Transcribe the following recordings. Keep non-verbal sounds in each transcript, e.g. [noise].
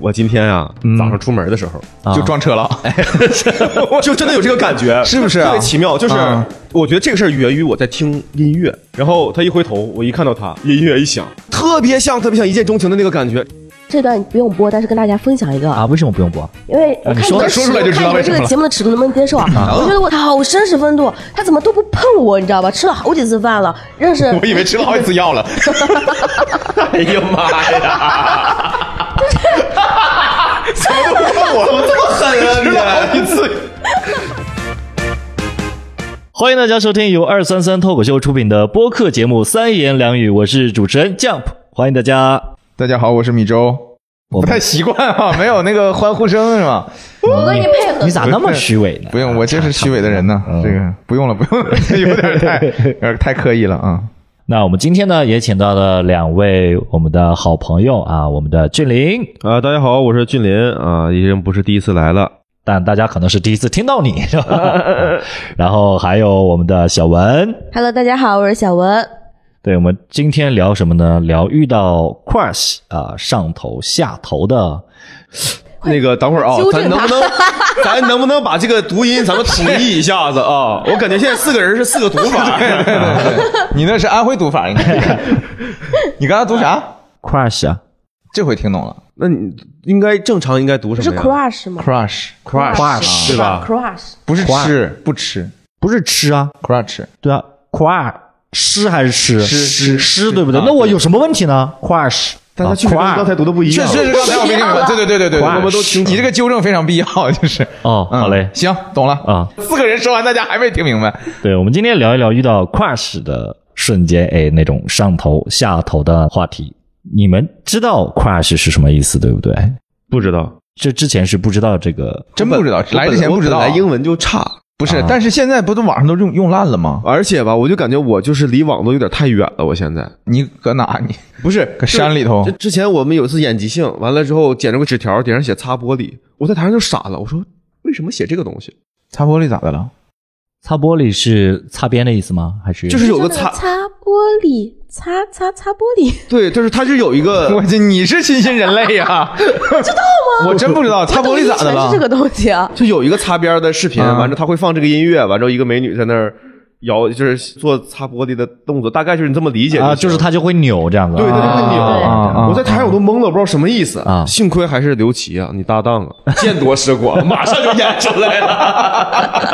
我今天啊嗯，早上出门的时候， [laughs] 啊就撞车了，我就真的有这个感 [laughs] 觉，是不是啊特别奇妙，就是嗯我觉得这个事儿源于我在听音乐，然后他一回头，我一看到他，音乐一响，特别像，特别像一见钟情的那个感觉。这段不用播，但是跟大家分享一个啊？，为什么不用播？因为我啊你看说你的说出来就尺知度，道看你为什么的这个了节目的尺度能不能接受啊？我觉得我好绅士风度，他怎么都不碰我，你知道吧？吃了好几次饭了，认 [laughs] 识我以为吃了好几次药了。哎呀妈呀！吃了好几次。欢迎大家收听由二三三脱口秀出品的播客节目《三言两语》，我是主持人 Jump，欢迎大家。大家好，我是米粥。我不太习惯啊， [laughs] 没有那个欢呼声是吧？我跟你配合你。咋那么虚伪呢？不用，我这是虚伪的人呢。这个不嗯用了，不用了， [laughs] 有点太有点太刻意了啊。那我们今天呢，也请到了两位我们的好朋友啊，我们的俊林，啊，大家好，我是俊林啊，已经不是第一次来了。但大家可能是第一次听到 [laughs] 你，是吧？然后还有我们的小文， [laughs] Hello，大家好，我是小文。对，我们今天聊什么呢？聊遇到 crush 啊、上头下头的，那个等会儿啊、纠咱正能他不能 [laughs] 咱能不能把这个读音咱们统一一下子 [laughs] 啊？我感觉现在四个人是四个读法。你那是安徽读法，应 [laughs] 该。你刚才读啥？ crush 啊这回听懂了那你应该正常应该读不什是么呀？ crush 吗，crush ，crush 对吧？crush 不是吃不吃不是吃啊， ，crush 对啊，crush 吃还是吃吃吃吃，对不对？啊那我有什么问题呢？crush，大家确实跟刚才读的不一确样。确实刚才我没听 [laughs] 明白，对对对对对， Crush 我们都清楚。你这个纠正非常必要，就是哦 [laughs] 嗯好嘞行，懂了啊。四个人说完，大家还没听明白，对，我们今天聊一聊遇到 crush 的瞬间，哎，那种上头下头的话题。你们知道 crush 是什么意思，对不对？不知道，这之前是不知道这个真不知道，来之啊前不知道我本来，英文就差，不是，但是现在不都网上都用用烂了吗？而且吧，我就感觉我就是离网络有点太远了。我现在你搁哪？你不是搁山里头就之前我们有一次演即兴，完了之后捡着个纸条，顶上写擦玻璃，我在台上就傻了，我说为什么写这个东西？擦玻璃咋的了？擦玻璃是擦边的意思吗？还是就是有个擦擦，玻璃，擦擦擦玻璃，对，就是它是有一个 [laughs] [laughs] 我这你是新兴人类呀？知道 [laughs] 吗？我真不知道擦玻璃咋的我懂了以前是这？个东 [laughs] 西啊。就有一个擦边的视频，啊完之后他会放这个音乐，完之后一个美女在那儿摇，就是做擦玻璃的动作，大概就是你这么理解啊，行就是他就会扭这样子啊。对对对会扭啊啊啊我在台上我都懵了，我不知道什么意思啊幸亏还是刘琦啊，你搭档 [laughs] 啊，见多识广，马上就演出来了。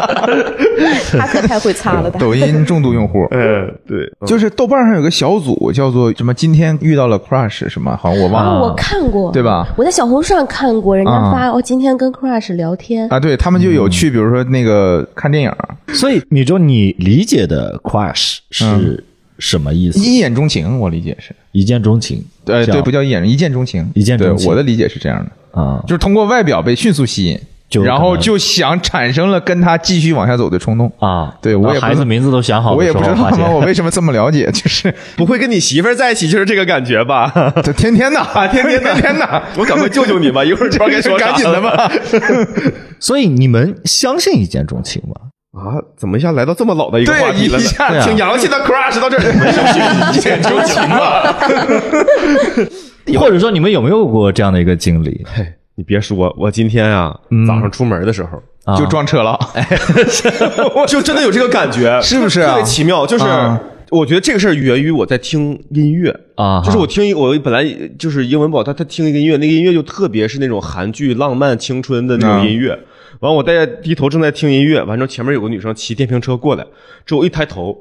他可太会擦了，他抖音重度用 [laughs] 户。嗯，对，就是豆瓣上有个小组叫做什么？今天遇到了 crush 什么？好像我忘了哦，我看过，啊对吧我在小红书上看过人家啊发，我哦今天跟 crush 聊天，啊。对他们就有去，比如说那个看电影，所以米粥，你理解的 crush 是什么意思？一见钟情，我理解是，一见钟情，哎呃，叫对，不叫一眼，一见钟情，一见钟情对我的理解是这样的，啊，就是通过外表被迅速吸引，就有可能然后就想产生了跟他继续往下走的冲动啊对我也然后不孩知子名字都想好我的也时不候，知道发吗？现我为什么这么了解？就是不会跟你媳妇儿在一起就是这个感觉吧？这天天的， [laughs] 天天天天的， [laughs] 我赶快救救你 [laughs] 吧，一会儿不知道该说啥赶紧的吧。 [laughs] [laughs] 所以你们相信一见钟情吗？啊，怎么一下来到这么老的一个对话题了呢？一下对啊挺洋气 [laughs] 的 crush 到这儿，一见钟情了。或者说你们有没有过这样的一个经历？嘿，你别说，我今天啊，嗯早上出门的时 [laughs] 候，啊就撞车了，我就真的有这个感觉，是不是啊特别奇妙，就是。啊我觉得这个事儿源于我在听音乐啊就是我听我本来就是英文不好，他他听一个音乐，那个音乐就特别是那种韩剧浪漫青春的那啊种音乐。完，我在低头正在听音乐，完之后前面有个女生骑电瓶车过来，之后我一抬头，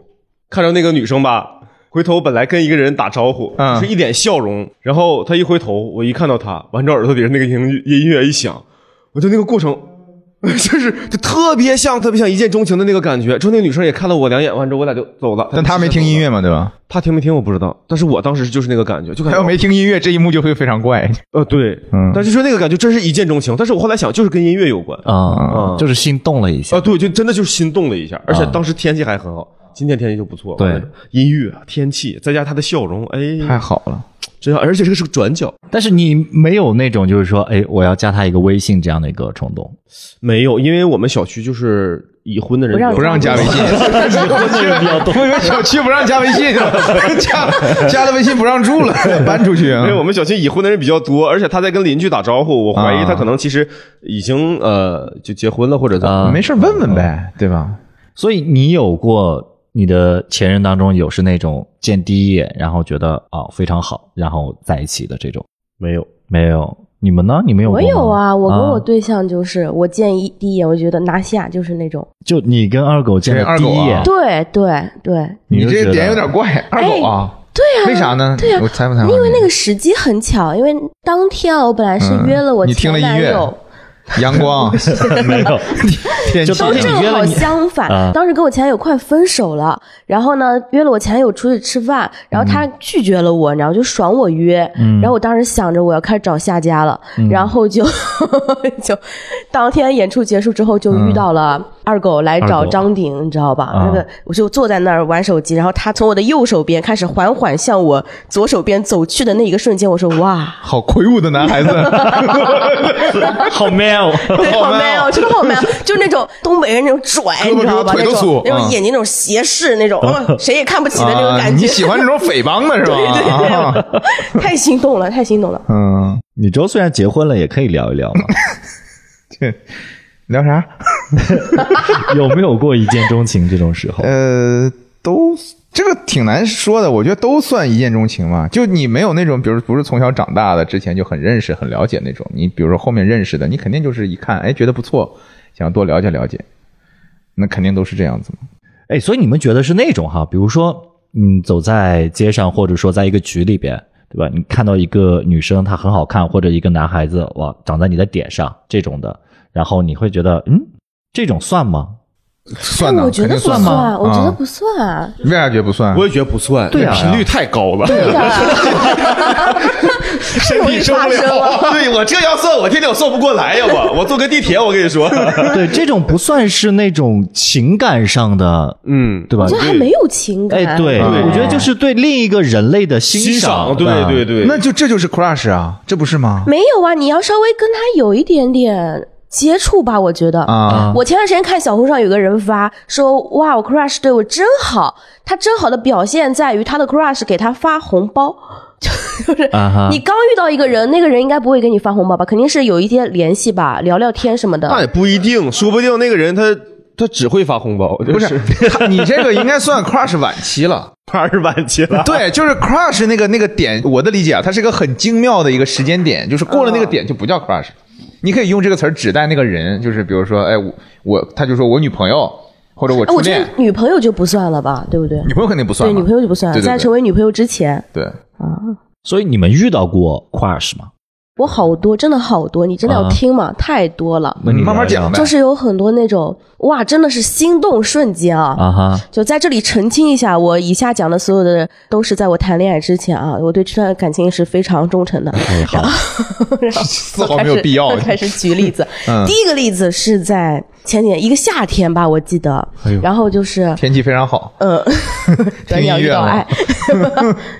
看着那个女生吧，回头本来跟一个人打招呼，嗯是一脸笑容，然后她一回头，我一看到她，完之后耳朵里那个音音乐一响，我就那个过程， [laughs] 就是就特别像特别像一见钟情的那个感觉。之后那个女生也看了我两眼，完之后我俩就走了。但他没听音，乐嘛，对吧？她听没听我不知道，但是我当时就是那个感觉，就感他觉要没听音乐，这一幕就会非常怪。呃对，嗯但是说那个感觉真是一见钟情。但是我后来想，就是跟音乐有关啊、啊嗯，就是心动了一下。呃对，就真的就是心动了一下，而且当时天气还很好。今天天气就不错，啊对完了音乐、啊天气，再加她的笑容，太哎，好了，真好而且这个是个转角，但是你没有那种就是说，哎，我要加他一个微信这样的一个冲动没有，因为我们小区就是已婚的人不让有不让加微 [laughs] 信，我以为小区不让加微信呢， [laughs] 加加了微信不让住了，搬出去啊 [laughs] 因为。我们小区已婚的人比较多，而且他在跟邻居打招呼，我怀疑啊他可能其实已经呃就结婚了或者啊怎么。没事儿问问呗，对吧？所以你有过你的前任当中有是那种见第一眼，然后觉得啊、非常好，然后在一起的这种？没有，没有，你们呢？你们有过我吗？有啊，我跟我对象就是，我见一第一眼我觉得拿下就是那种，就你跟二狗见对的二第狗啊一 [laughs] 眼，对对对，你就这觉个得点有点怪，二狗啊，对啊，为啥呢？对啊我采访采访你，因为那个时机很巧，因为当天啊，我本来是约了我嗯你听前了音男乐友，阳光啊 [laughs] 没有，天气就，当都天正你约了好你相反啊。当时跟我前男友快分手了，然后呢约了我前男友出去吃饭，然后他拒绝了我，然后就爽我约，嗯然后我当时想着我要开始找下家了，然后就 [laughs] 就当天演出结束之后就遇到了二狗来二找狗张鼎，你知道吧？嗯啊那个我就坐在那儿玩手机，然后他从我的右手边开始缓缓向我左手边走去的那一个瞬间，我说哇。好魁梧的男孩子， [laughs] 好 man 哦。对，好好 man man 哦哦，真的好 man，哦就是那种东北人那种拽，胳膊你知道吧？胳膊腿那都种粗那种嗯眼睛那种斜 [laughs] 视，那种嗯谁也看 [laughs] 不起的那种啊感觉你，喜欢这种匪帮的是吧？啊太心动了，太 [laughs] 心动了。嗯，你周虽然结婚了，也可以聊一聊 [laughs] 嘛。聊啥？有没有过一见钟情这种时候？呃，都这个挺难说的，我觉得都算一见钟情嘛。就你没有那种，比如不是从小长大的，之前就很认识、很了解那种。你比如说后面认识的，你肯定就是一看，哎，觉得不错，想多了解了解，那肯定都是这样子嘛。哎，所以你们觉得是那种哈，比如说，嗯，走在街上，或者说在一个局里边，对吧？你看到一个女生她很好看，或者一个男孩子哇长在你的点上这种的，然后你会觉得，嗯，这种算吗？算但呢，我觉肯得定不算算，嘛。我觉得啊，不算 [laughs] 啊。为啥觉得不算？我也觉得不算，对啊那频率太高了，对呀，太容易发生了。 [laughs] 对我这要算，我天天我算不过来呀，我我坐个地铁，我跟你说， [laughs] 对，这种不算是那种情感上的， [laughs] 嗯，对吧我觉？得还没有情感。哎，对，对我觉得就是对另一个人类的欣赏，啊赏，对吧对对，那就这就是 crush 啊，这不是吗？ [laughs] 没有啊，你要稍微跟他有一点点接触吧，我觉得。啊，我前段时间看小红书上有个人发说，哇，我 crush 对我真好，他真好的表现在于他的 crush 给他发红包， [laughs] 就就是啊哈你刚遇到一个人，那个人应该不会给你发红包吧？肯定是有一些联系吧，聊聊天什么的。那也不一定，说不定那个人他他只会发红包，[laughs] 不是，他你这个应该算 crush 晚期了。二十晚期了， [laughs] 对，就是 crush 那个那个点，我的理解啊，它是一个很精妙的一个时间点，就是过了嗯那个点就不叫 crush，、你可以用这个词儿指代那个人，就是比如说，哎，我我他就说我女朋友或者我哎，初我觉恋，得女朋友就不算了吧，对不对？女朋友肯定不算对，嘛，女朋友就不算，对对在对成为女朋友之前，对，所以你们遇到过 crush 吗？我好多，真的好多，你真的要啊听吗？太多了。那你慢慢聊聊讲呗。就是有很多那种哇，真的是心动瞬间啊！啊哈，就在这里澄清一下，我以下讲的所有的都是在我谈恋爱之前啊，我对这段感情是非常忠诚 [laughs] 的。哎好，丝毫没有必要 [laughs] 我开始我开始举例子， [laughs] 嗯第一个例子是在前几年一个夏天吧，我记得，哎然后就是天气非常好，嗯， [laughs] 听短音鸟遇乐到吗爱， [laughs]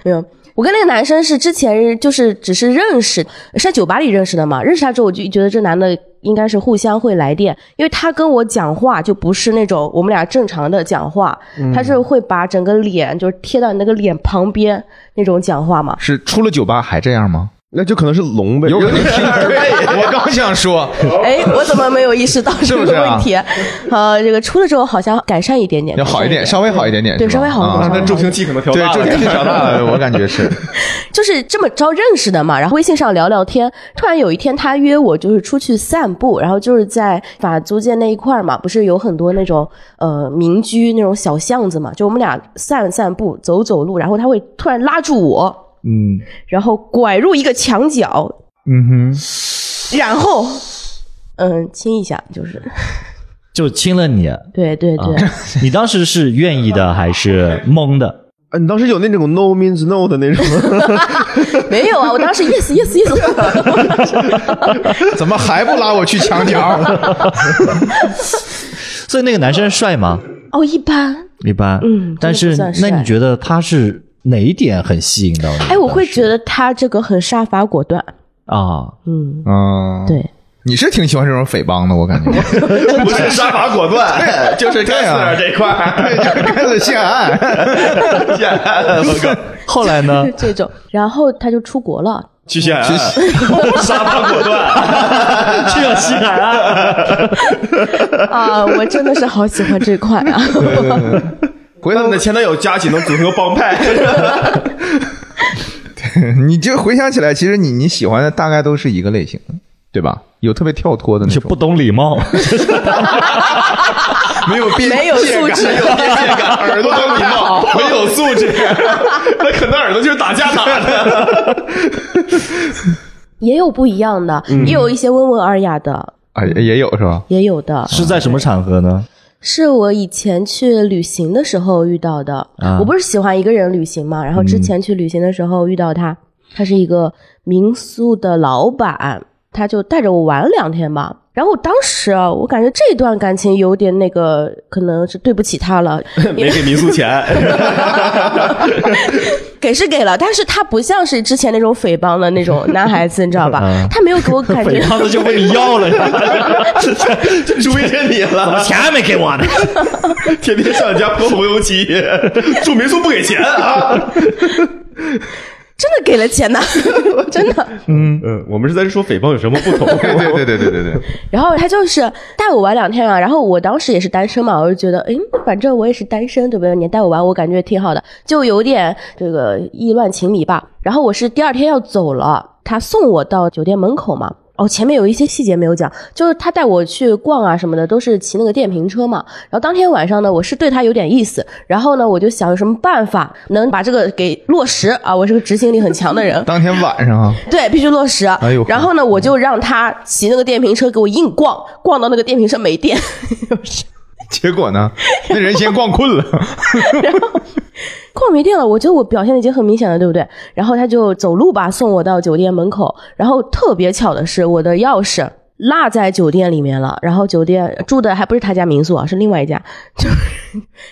没有。我跟那个男生是之前就是只是认识，是在酒吧里认识的嘛。认识他之后，我就觉得这男的应该是互相会来电，因为他跟我讲话就不是那种我们俩正常的讲话，嗯他是会把整个脸就是贴到你那个脸旁边那种讲话嘛。是出了酒吧还这样吗？那就可能是聋呗，有可能 [laughs] 听二倍，我刚想说，哎，我怎么没有意识到这个哦是不是啊问题？呃，这个出了之后好像改善一点点，要好一点，改善稍微好一点点，对是吧稍微好一点啊稍微好那助听器可能调对大，这了，天气长大了，我感觉是，就是这么着认识的嘛，然后微信上聊聊天。突然有一天，他约我就是出去散步，然后就是在法租界那一块儿嘛，不是有很多那种呃民居那种小巷子嘛，就我们俩散散步、走走路，然后他会突然拉住我，嗯，然后拐入一个墙角，嗯然后嗯亲一下，就是就亲了你，啊对对对， [laughs] 你当时是愿意的还是懵的？ [laughs] 啊你当时有那种 no means no 的那种吗，没有啊，我当时 yes yes yes，哼，怎么还不拉我去墙 [laughs] 角？所以那个男生帅吗？哦一般。一般，嗯但这是个不算那帅你觉得他是哪一点很吸引到哎你？哎，我会觉得他这个很杀伐果断，啊，嗯，嗯，对，你是挺喜欢这种匪帮的，我感觉。 [laughs] 不是杀伐果 [laughs] 断，就是干死点这块 [laughs] 儿。开始陷害，西 [laughs] 安，我靠，后来 [laughs] 呢？这种，然后他就出国了。去西安， [laughs] 杀伐果断，去了西海岸，啊，我真的是好喜欢这款啊！回那头你的前男友加起能组成个帮派，你就回想起来，其实你你喜欢的大概都是一个类型的，对吧？有特别跳脱的那就种不，懂礼貌。没有边没有界素感质，边界感，耳朵都礼貌，没有素质，那可能耳朵就是打架打 [laughs] 的。 [laughs] 也有不一样的，嗯也有一些温文尔雅的，啊，也也有是吧？也有的。是在什么场合呢？是我以前去旅行的时候遇到的。啊我不是喜欢一个人旅行嘛，然后之前去旅行的时候遇到他，他是一个民宿的老板，他就带着我玩了两天吧。然后我当时啊，我感觉这段感情有点那个，可能是对不起他了，没给民宿钱，给是给了，但是他不像是之前那种匪帮的那种男孩子，你知道吧？他没有给我感匪觉，帮的就问你要 [laughs] 了，追着你了，钱还没给我呢。天天上你家泼红油漆，住民宿不给钱啊！真的给了钱呐、真的。嗯，我们是在这说诽谤有什么不同？对对对对对对对，然后他就是带我玩两天啊，然后我当时也是单身嘛，我就觉得，诶，反正我也是单身，对不对？你带我玩，我感觉挺好的，就有点这个意乱情迷吧。然后我是第二天要走了，他送我到酒店门口嘛。哦，前面有一些细节没有讲，就是他带我去逛啊什么的，都是骑那个电瓶车嘛。然后当天晚上呢，我是对他有点意思，然后呢，我就想有什么办法能把这个给落实啊。我是个执行力很强的人，当天晚上啊，对，必须落实。哎呦然后呢，我就让他骑那个电瓶车给我硬逛，逛到那个电瓶车没电， [laughs] 结果呢，那人先逛困了， [laughs] 逛没电了。我觉得我表现的已经很明显了，对不对？然后他就走路吧，送我到酒店门口。然后特别巧的是，我的钥匙。落在酒店里面了，然后酒店住的还不是他家民宿啊，是另外一家， [laughs] 就是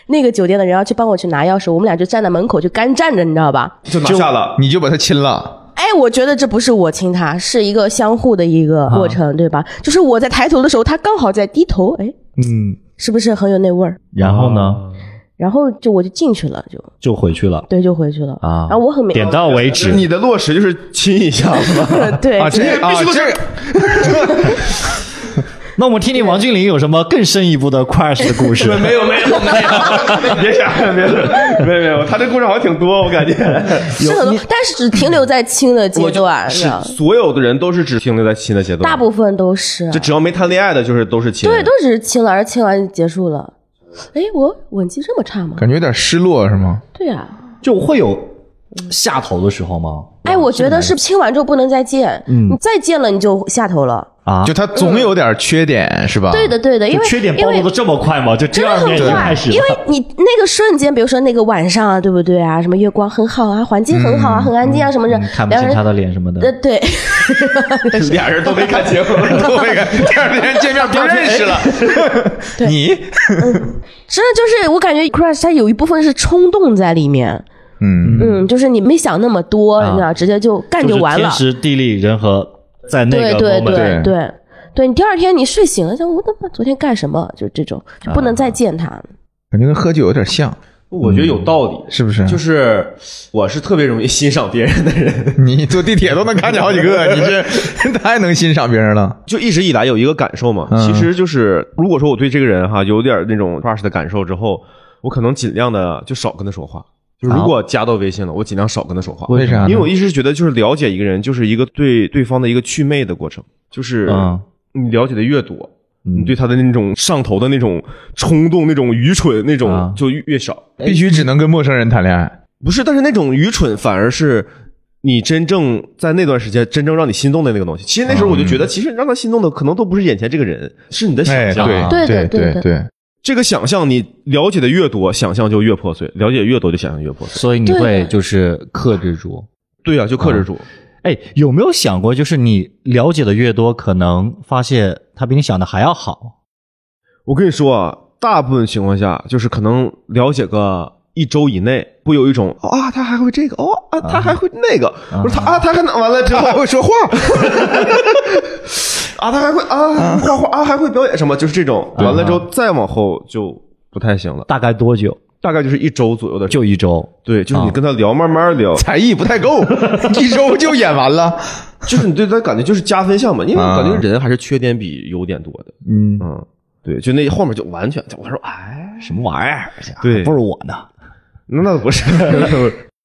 那个酒店的人要去帮我去拿钥匙，我们俩就站在门口就干站着，你知道吧？ [laughs] 就拿下了。你就把他亲了，哎，我觉得这不是我亲他，是一个相互的一个过啊程，对吧？就是我在抬头的时候，他刚好在低头，哎，嗯，是不是很有那味儿？然后呢，然后就我就进去了，就就回去了对，就回去了啊。然后我很没点到为止。你的落实就是亲一下子， [laughs] 对，啊，就是这必啊须都这是个那我们听听王俊霖有什么更深一步的 crush 的故事？没有没有没有， [laughs] 别想别想，没有没有，他这故事好像挺多，我感 [laughs] 觉。是很多，但是只停留在亲的阶段，是吧所有的人都是只停留在亲的阶段，大部分都是就只要没谈恋爱的，就是都是亲。对，都只是亲了，而亲完就结束了。哎，我吻技这么差吗？感觉有点失落是吗？对啊，就会有嗯下头的时候吗？哎，我觉得是亲完之后不能再见，你再见了你就下头了。嗯啊，就他总有点缺点是吧？对的，，对的，因就为缺点因暴为露的这么快吗？就第真的二很年就快开始，了因为你那个瞬间，比如说那个晚上啊，对不对啊？什么月光很好啊，环境很好啊，很安静啊，什么的嗯，看不两清人他的脸什么呃的。对，俩人都没看清，都没看，第二天见面不认 [laughs] 识了。你真的就是我感觉 crush 它有一部分是冲动在里面，嗯，嗯，就是你没想那么多，啊你知道，直接就干就是完了天。时地利人和，在那对个对 moment，对对对，你第二天你睡醒了，想我他妈昨天干什么？就这种，就不能再见他。啊感觉跟喝酒有点像，我觉得有道理，是不是？就是我是特别容易欣赏别人的人， [laughs] 你坐地铁都能看见好几个，你这 [laughs] 太能欣赏别人了。就一直以来有一个感受嘛，嗯其实就是如果说我对这个人哈有点那种 crush 的感受之后，我可能尽量的就少跟他说话。就如果加到微信了，我尽量少跟他说话。为啥呢？因为我一直觉得，就是了解一个人，就是一个对对方的一个祛魅的过程，就是嗯你了解的越多，嗯你对他的那种上头的那种冲动、那种愚蠢、那啊嗯种就越越少。必须只能跟陌生人谈恋爱。不是，但是那种愚蠢反而是你真正在那段时间真正让你心动的那个东西。其实那时候我就觉得，其实让他心动的可能都不是眼前这个人，是你的想象。啊哎对对的对对的对，这个想象你了解的越多，想象就越破碎；了解越多，就想象越破碎。所以你对会就是克制住。对啊，就克制住。哎，有没有想过，就是你了解的越多，可能发现他比你想的还要好？我跟你说啊，大部分情况下就是可能了解个一周以内会有一种哦啊，他还会这个哦啊，他还会那个，我说他啊，他还能完了之后还会 [laughs] 说话，啊，他还会啊画画啊，还会表演什么，就是这种。完了之后再往后就不太行了，大概多久？大概就是一周左右的时间，就一周。对，就是啊你跟他聊，慢慢 [laughs] 聊，才艺不太够，一周就演完了。就是你对他感觉就是加分项嘛，因为啊我感觉人还是缺点比优点多的，嗯，嗯，对，就那后面就完全，我说哎，什么玩意儿？对不如我呢。那那不是，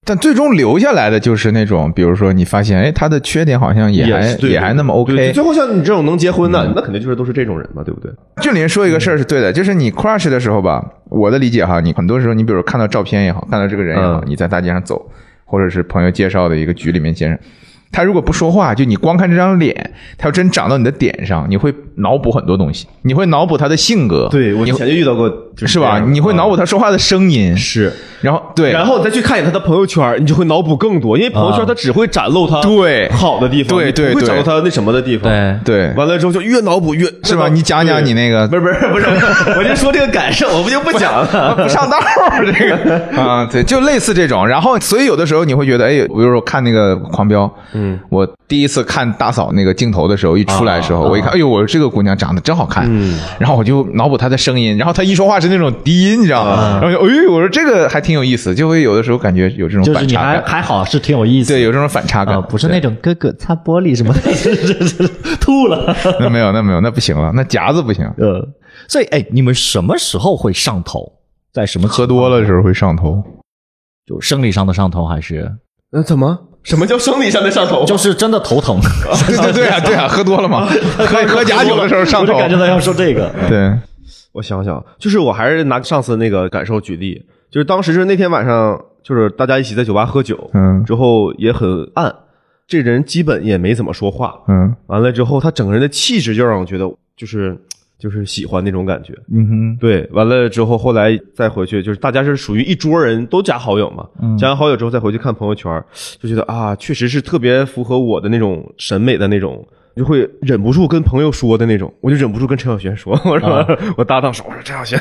但最终留下来的就是那种，比如说你发现，哎，他的缺点好像 [laughs] 也还是对还那么对 OK。嗯最后像你这种能结婚的，那肯定就是都是这种人嘛，对不对？这里面说一个事儿是对的，就是你 crush 的时候吧，我的理解哈，你很多时候你比如看到照片也好，看到这个人也好，嗯你在大街上走，或者是朋友介绍的一个局里面介绍，他如果不说话，就你光看这张脸，他要真长到你的点上，你会脑补很多东西，你会脑补他的性格，对我你以前就遇到过，就是这吧？样的你会脑补嗯他说话的声音，是，然后对，然后你再去看一眼他的朋友圈，你就会脑补更多，因为朋友圈啊他只会展露他对好的地方，对对你不会对展露他那什么的地方。，对，对，完了之后就越脑补越是吧？越脑你讲讲你那个不是 [laughs] 不是不是，我就说这个感受，我不就不讲 [laughs] 了。不上道儿，这个啊，对，就类似这种。然后，所以有的时候你会觉得，哎，比如说我看那个《狂飙》，嗯，我第一次看大嫂那个镜头的时候，一出来的时候，我一看，哎呦，我这个姑娘长得真好看，嗯，然后我就脑补她的声音，然后她一说话是那种低音，你知道吗？然后就，哎呦，我说这个还挺有意思，就会有的时候感觉有这种就是反你差还感，还好，是挺有意思。对，有这种反差啊，感，不是那种哥哥擦玻璃什么的，这这这 [laughs] 吐了。对那没有，那没有，那不行了，那夹子不行，呃，所以哎，你们什么时候会上头？在什么情况喝多了的时候会上头，就生理上的上头，还是那呃怎么？什么叫生理上的上头？就是真的头疼？对 [laughs] 对对啊，对 [laughs] 啊，喝多了嘛，喝喝假酒的时候上我头就，感觉到要说这 [laughs] 个。对，我想想，就是我还是拿上次那个感受举例，就是当时是那天晚上，就是大家一起在酒吧喝酒，嗯之后也很暗，这人基本也没怎么说话，嗯完了之后他整个人的气质就让我觉得就是就是喜欢那种感觉，嗯哼。对，完了之后，后来再回去，就是大家是属于一桌人都加好友嘛，加完好友之后再回去看朋友圈儿，就觉得啊，确实是特别符合我的那种审美的那种，就会忍不住跟朋友说的那种，我就忍不住跟陈小璇说，我说、我搭档说，我说陈小璇，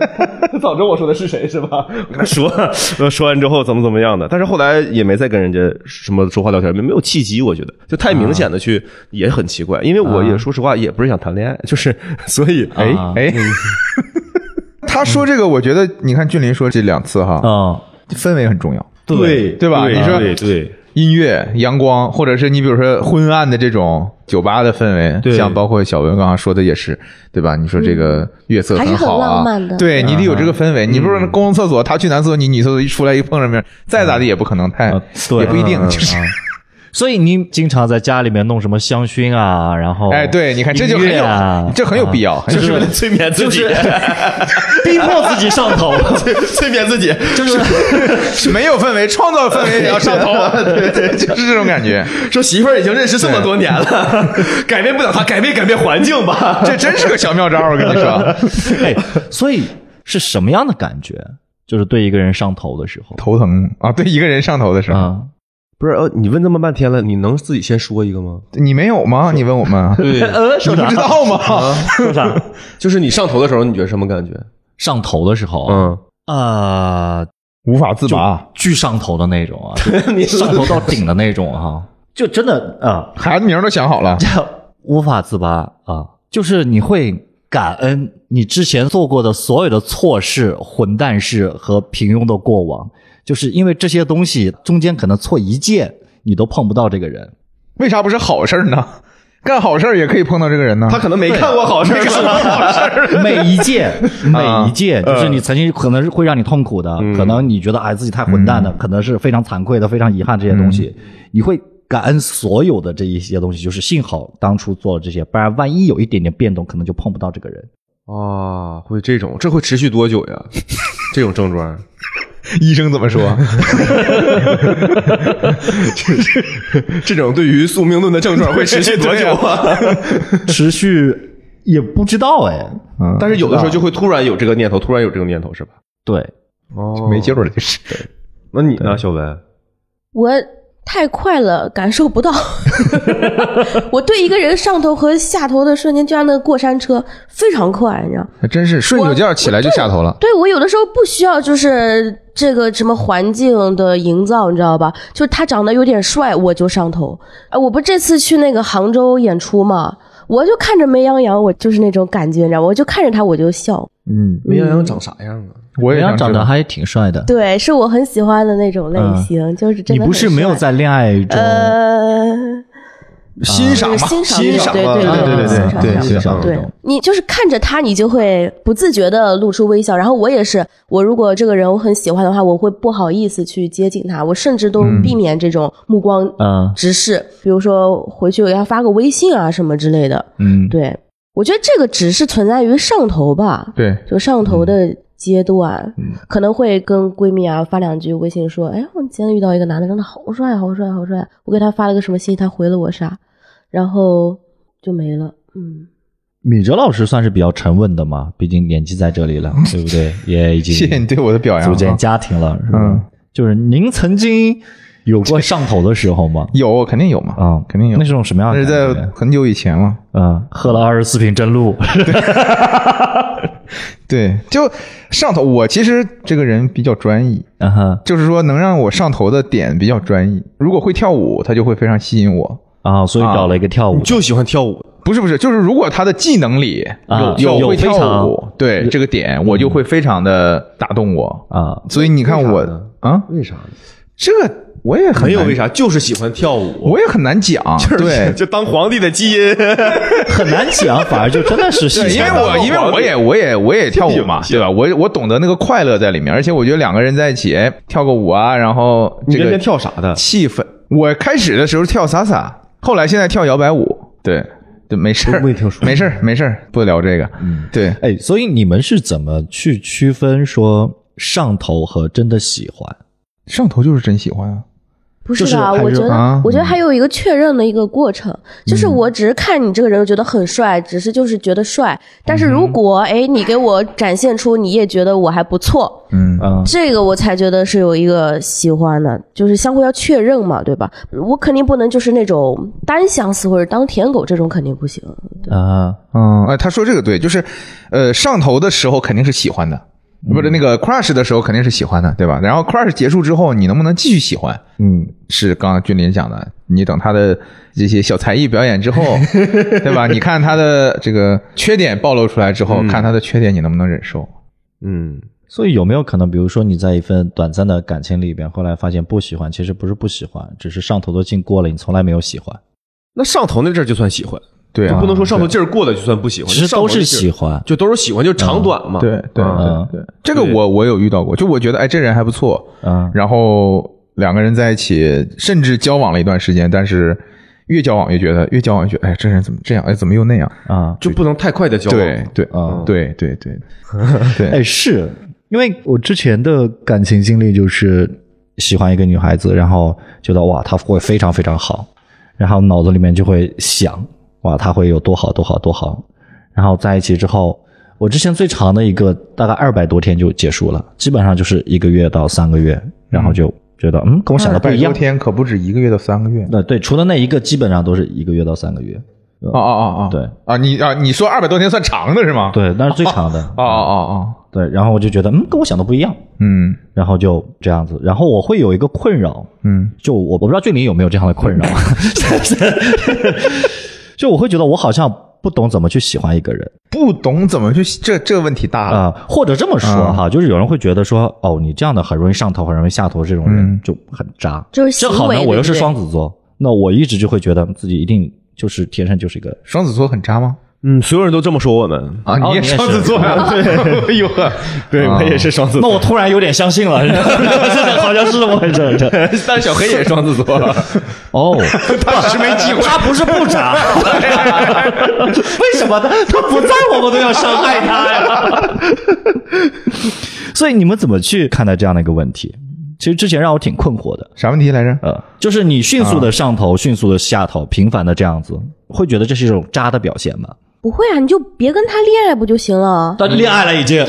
[laughs] 早知道我说的是谁是吧？我跟他说， [laughs] 呃说完之后怎么怎么样的，但是后来也没再跟人家什么说话聊天，没没有契机，我觉得就太明显的去、也很奇怪，因为我也说实话也不是想谈恋爱，就是 [laughs] 所以哎。啊哎， [laughs] 他说这个，我觉得你看俊林说这两次哈，嗯，氛围很重要，对对吧你说对对音乐、阳光，或者是你比如说昏暗的这种酒吧的氛围，对像包括小文刚刚说的也是，对吧？你说这嗯个月色还是好很啊浪漫，的对你得有这个氛围，你不是公共厕所，他去男厕所，你女厕所一出来一碰上面，再咋的也不可能太啊，对也不一定嗯嗯就是。所以你经常在家里面弄什么香薰啊，然后哎，对，你看这就很音乐有啊，，这很有必要，就是为了催眠自己就是 [laughs] 逼迫自己上头，催眠自己，就是嗯是 [laughs] 没有氛围，创造氛围也 [laughs] 要上头，对对，就是这种感觉。说媳妇儿已经认识这么多 [laughs] 年了，改变不了她，改变改变环境吧。这真是个小妙招，我跟你说，哎，所以是什么样的感觉？就是对一个人上头的时候头疼啊！对一个人上头的时候，啊，不是，呃，你问这么半天了，你能自己先说一个吗？你没有吗？你问我们，对，呃，你说 [laughs] 不啥知？道吗？说啥？ [laughs] 就是你上头的时候，你觉得什么感觉？上头的时候，嗯，呃， [laughs] 无法自就。巨上头的那种 [laughs] 啊，就上头到顶的那种哈、 [laughs] 就真的啊，孩子名儿都想好了，无法自拔啊，就是你会感恩你之前做过的所有的错事、混蛋事和平庸的过往，就是因为这些东西中间可能错一件，你都碰不到这个人。为啥不是好事儿呢？干好事儿也可以碰到这个人呢。他可能没看过好事儿， [laughs] 每一届，每一届，就是你曾经可能是会让你痛苦的，可能你觉得哎自己太混蛋了，可能是非常惭愧的、非常遗憾这些东西，你会感恩所有的这一些东西，就是幸好当初做了这些，不然万一有一点点变动，可能就碰不到这个人。 [laughs] 啊，会这种，这会持续多久呀？ [laughs] 这种症状，医生怎么说？这种对于宿命论的症状会持续多久 [laughs] 啊？ [laughs] 持续也不知道哎， [laughs] 嗯，但是有的时候就会突然有这个念头，突然有这个念头，是吧？对，哦没劲儿了，就是。那你呢，小文？我太快了，感受不到。 [laughs] 我对一个人上头和下头的瞬间，就像那个过山车，非常快，你知道。还真是顺手觉起来就下头了。对我有的时候不需要就是这个什么环境的营造，你知道吧？就是他长得有点帅，我就上头。啊，我不这次去那个杭州演出嘛，我就看着梅洋洋，我就是那种感觉，你知道吗？我就看着他我就笑。嗯，梅洋洋长啥样啊？我也人想家长知得道还挺帅的。对，是我很喜欢的那种类型，就是嗯真你的。不是没有？在恋爱中，呃。欣赏嘛，欣赏赏啊嘛，对对对对欣赏对欣赏欣赏。对种你就是看着他，你就会不自觉的露出微笑。然后我也是，我如果这个人我很喜欢的话，我会不好意思去接近他，我甚至都嗯避免这种目光嗯直视。比如说回去我给他发个微信啊什么之类的。嗯，对，我觉得这个只是存在于上头吧，对，就上头的阶段，可能会跟闺蜜啊发两句微信说，哎，我今天遇到一个男的，长得好帅，好帅，好帅，我给他发了个什么信息，他回了我啥，然后就没了，嗯。米哲老师算是比较沉稳的嘛，毕竟年纪在这 [laughs] 里了，对不对？也已经谢谢你对我的表扬啊。组建家庭了，是吧？嗯？就是您曾经有过上头的时候吗 [laughs] 有肯定有嘛，啊，肯定有那是种什么样那的是感觉？在很久以前嘛。嗯，喝了二十四瓶真露， [laughs] 对，就上头。我其实这个人比较专一，嗯哼就是说能让我上头的点比较专一。如果会跳舞，他就会非常吸引我。啊，所以找了一个跳舞你的，就喜欢跳舞，不是不是，就是如果他的技能里啊有有会非跳常舞，对这个点，我就会非常的打动我。啊，所以你看我为啥呢啊，为啥呢？这个我也很没有难为，啥，就是喜欢跳舞。我也很难讲。[laughs] 对就当皇帝的基 [laughs] 因。很难讲，反而就真的是喜对，因为欢我因为我也我也我 [laughs] 也跳舞嘛，对吧？我我懂得那个快乐在里面，而且我觉得两个人在一起哎跳个舞啊，然后你这那个天跳啥的？气氛。我开始的时候跳萨萨，后来现在跳摇摆舞，对，对，没事儿，没听说没事儿，没事儿，不聊这个，嗯，对，哎，所以你们是怎么去区分说上头和真的喜欢？上头就是真喜欢啊，不是就是的，还我是觉得、嗯啊我觉得还有一个确认的一个过程，就是我只是看你这个人觉得很帅，只是就是觉得帅，但是如果哎、你给我展现出你也觉得我还不错，嗯，嗯，这个我才觉得是有一个喜欢的，就是相互要确认嘛，对吧？我肯定不能就是那种单相思或者当舔狗这种肯定不行。啊，嗯，哎，他说这个对，就是，呃，上头的时候肯定是喜欢的，嗯不是那个 crush 的时候肯定是喜欢的，对吧？然后 crush 结束之后，你能不能继续喜欢？嗯，是刚刚俊林讲的，你等他的这些小才艺表演 [laughs] 之后，对吧？你看他的这个缺点暴露出来之后，看他的缺点你能不能忍受？嗯，所以有没有可能，比如说你在一份短暂的感情里边，后来发现不喜欢，其实不是不喜欢，只是上头的劲过了，你从来没有喜欢，那上头那阵儿就算喜欢，对就啊，不能说上头劲儿过了就算不喜欢。其实上头都是那劲儿喜，欢。就都是喜欢，就是长短嘛。对对嗯对对，这个我我有遇到过，就我觉得哎，这人还不错，嗯，然后两个人在一起，甚至交往了一段时间，但是越交往越觉得，越交往越觉得，哎，这人怎么这样？哎，怎么又那样？啊，就不能太快的交往。对对嗯对对对哎， [laughs] 对，是因为我之前的感情经历就是喜欢一个女孩子，然后觉得哇，她会非常非常好，然后脑子里面就会想哇，她会有多好多好多好，然后在一起之后，我之前最长的一个大概二百多天就结束了，基本上就是一个月到三个月，然后就觉得嗯，跟我想的不一二百多样。天可不止一个月到三个月。那对，除了那一个，基本上都是一个月到三个月。哦哦哦哦，对啊，你啊，你说二百多天算长的是吗？，对，那是最长的。哦哦哦哦，对，然后我就觉得，嗯，跟我想的不一样，嗯然后就这样子。然后我会有一个困扰，嗯，就我不知道俊林有没有这样的困扰， [laughs] 就我会觉得我好像不懂怎么去喜欢一个人不懂怎么去这这个问题大了。啊、或者这么说哈，就是有人会觉得说，哦，你这样的很容易上头，很容易下头，这种人嗯就很渣。就是行正为好呢，我又是对不对双子座，那我一直就会觉得自己一定就是天生就是一个双子座很渣吗？嗯，所有人都这么说我们。啊，哦你你也也是双子座啊？对，哎呦呵，对我也是双子啊那我突然有点相信了， [laughs] 好像是 [laughs] 这么回事。这但是小黑也是双子座， [laughs] [laughs] 哦，他只是没机会。他不是不 [laughs] 渣，为什么呢？他不在我们都要伤害他呀。 [laughs] 所以你们怎么去看待这样的一个问题？其实之前让我挺困惑的，啥问题来着？呃，就是啊你迅速的上头，迅速的下头，频繁的这样子，会觉得这是一种渣的表现吗？不会啊，你就别跟他恋爱不就行了？但恋爱了已经，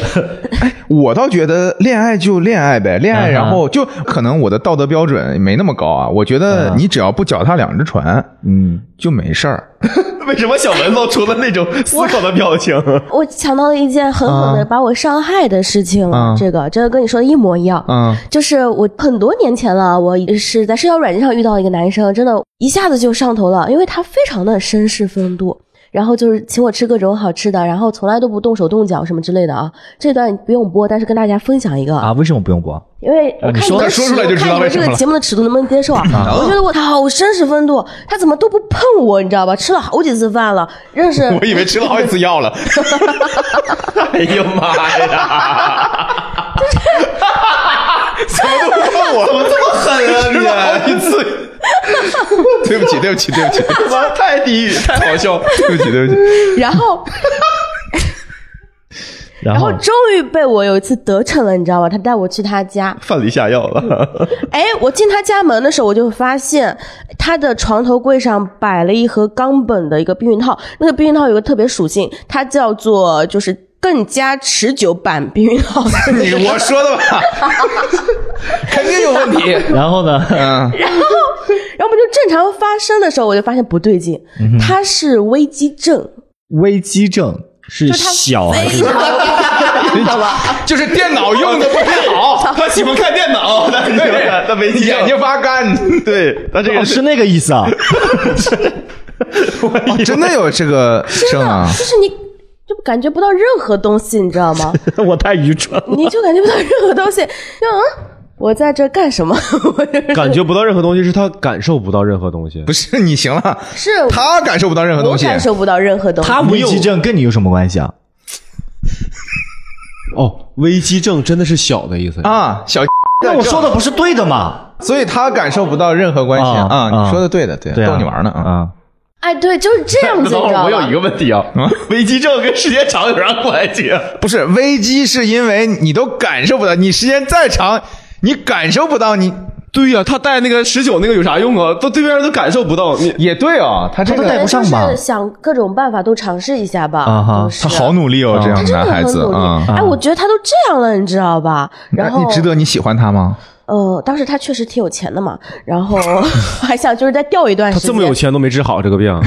我倒觉得恋爱就恋爱呗，恋爱，啊哈然后就可能我的道德标准没那么高啊。我觉得你只要不脚踏两只船，嗯，就没事儿。 [laughs] 为什么小文露出了那种思考的表情？我想到了一件狠狠的啊把我伤害的事情了，啊这个这个跟你说的一模一样。嗯，就是我很多年前了，我是在社交软件上遇到一个男生，真的，一下子就上头了，因为他非常的绅士风度，然后就是请我吃各种好吃的，然后从来都不动手动脚什么之类的啊。这段不用播，但是跟大家分享一个啊，为什么不用播？因为我啊你看说你的说尺出来就知道我看你为的什这么个了节目的尺度能不能接受啊？我觉得我好绅士风度，他怎么都不碰我，你知道吧？吃了好几次饭了，[laughs] 认识我以为吃了好几次药了。哎呀妈呀！怎么都不问我，怎么这么吃吃了了好好几次。 [laughs] 对不起，对不起，对不起， [laughs] 妈太地狱，太好笑了。对不起，对不起。然后然然后后终于被我有一次得逞了，你知道吧？他带我去他家，范蠡下药了，哎，我进他家门的时候，我就发现他的床头柜上摆了一盒冈本的一个避孕套，那个避孕套有个特别属性，它叫做就是更加持久版避孕套。你我说的 [laughs] 吧，肯定有问题。然后呢？嗯，然后我们就正常发生的时候，我就发现不对劲，他是危机症， [laughs] 危机症是就是他小还非是？常，你知道吧？就是电脑用的不太好，他喜欢看电 [laughs] 脑，但是他没劲眼睛发干。对他这哦，个是那个意思啊！ [laughs] [laughs] 真的有这个真症的啊，？就是你就感觉不到任何东西，你知道吗？我太愚蠢了。你就感觉不到任何东西，就嗯，我在这干什么？ [laughs] 我就是感觉不到任何东西，是他感受不到任何东西不。是你行了，是他感受不到任何我东西。感受不到任何东西。他危机症跟你有什么关系啊？ [laughs] 哦，危机症真的是小的 [laughs] 意思。啊，小 [laughs] 那我说的不是对的嘛？所以他感受不到任何关系啊啊！啊你说的对的，对对的，啊，逗你玩呢啊！啊！哎，对，就是 [laughs] 这样子，你知道吗？我有一个问题啊，危机症跟时间长有啥关系？啊 [laughs] 不是危机，是因为你都感受不到，你时间再长，你感受不到，你对呀，他带那个十九那个有啥用啊？都对面人都感受不到你。也对啊哦，他这他都带个不上吧就是想各种办法都尝试一下吧。啊哈就是他好努力哦，这样他的真的男孩很子努力。啊。哎，我觉得他都这样了，你知道吧？那然后你值得你喜欢他 [laughs] 吗？呃，当时他确实挺有钱的嘛，然后 [laughs] 还想就是再钓一段他哎时间。这么有钱都没治好这个病，啊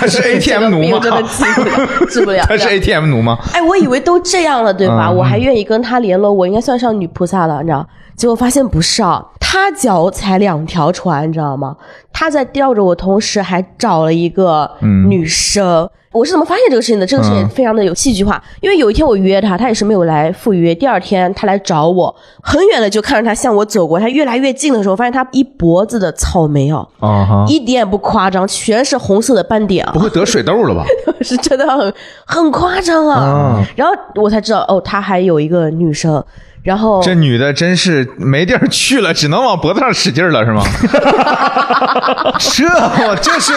他是这 ATM 个奴病吗？真的治 [laughs] 不了，治不了。他是 ATM 奴吗？ [laughs] 哎，我以为都这样了，对吧？嗯我还愿意跟他联络，我应该算上女菩萨了，你知道？结果发现不是啊，他脚踩两条船，你知道吗？他在吊着我，同时还找了一个嗯女生。我是怎么发现这个事情的？这个事情也非常的有戏剧化，因为有一天我约他，他也是没有来赴约。第二天他来找我，很远的就看着他向我走过，他越来越近的时候，发现他一脖子的草莓啊，啊哈！一点也不夸张，全是红色的斑点啊不。会得水痘了吧？是真的很很夸张啊！然后我才知道哦，他还有一个女生，然后这女的真是没地儿去了，只能往脖子上使劲儿了，是吗？这我这是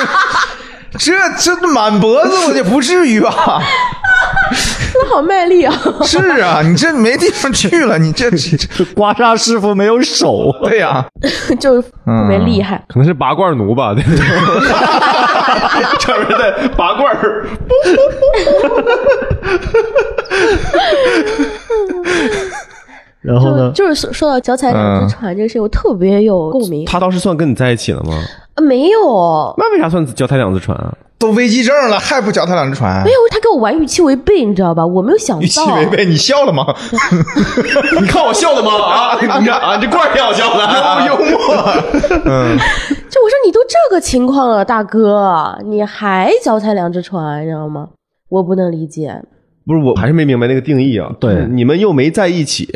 这这满脖子，我也不至于吧？他好 [laughs] 卖力啊！是啊，你这没地方去了，你这这这刮痧师傅没有手，对呀、嗯就是特别厉害。可能是拔罐奴 [laughs] 吧？对不对？专门在拔罐儿。然后呢？就是说说到脚嗯踩两只船这个事情，我特别有共鸣。他当时算跟你在一起了吗？啊没有，那为啥算脚踩两只船啊？都危机症了，还不脚踏两只船没？有，他跟我玩预期违背，你知道吧？我没有想预期到违，背，你笑了吗？你看我笑的吗？啊，你看啊，这罐儿挺好笑的，幽默。就我说你都这个情况了，大哥，你还脚踩两只船，你知道吗？我不能理解，不是，我还是没明白那个定义啊。对你们又没在一起。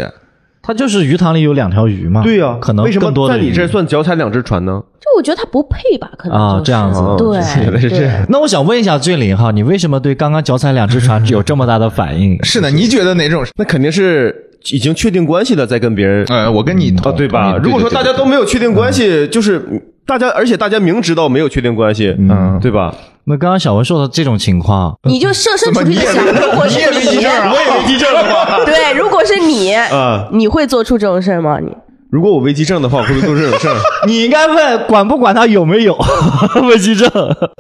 他就是鱼塘里有两条鱼嘛。对呀、可能为什么更多的在你鱼这算脚踩两只船呢？就我觉得他不配吧，可能啊就是这样子哦对原来是这样。那我想问一下俊林哈，你为什么对刚刚脚踩两只船有这么大的反应？ [laughs] 是的，你觉得哪种是？那肯定是已经确定关系了，再跟别人呃，我跟你啊，同对吧？同意如果说对大对家对都没有确定关系，就是大家，而且大家明知道没有确定关系，嗯对吧？那刚刚小文说的这种情况，你就设身怎处么地你的也想，如果你是也危机症 [laughs] 啊？[laughs] 也没记证了吧？对，如果是你，啊，你会做出这种事儿吗？你如果我危机症的话，我会不会做这种事儿？ [laughs] 你应该问管不管他有没有 [laughs] 危机症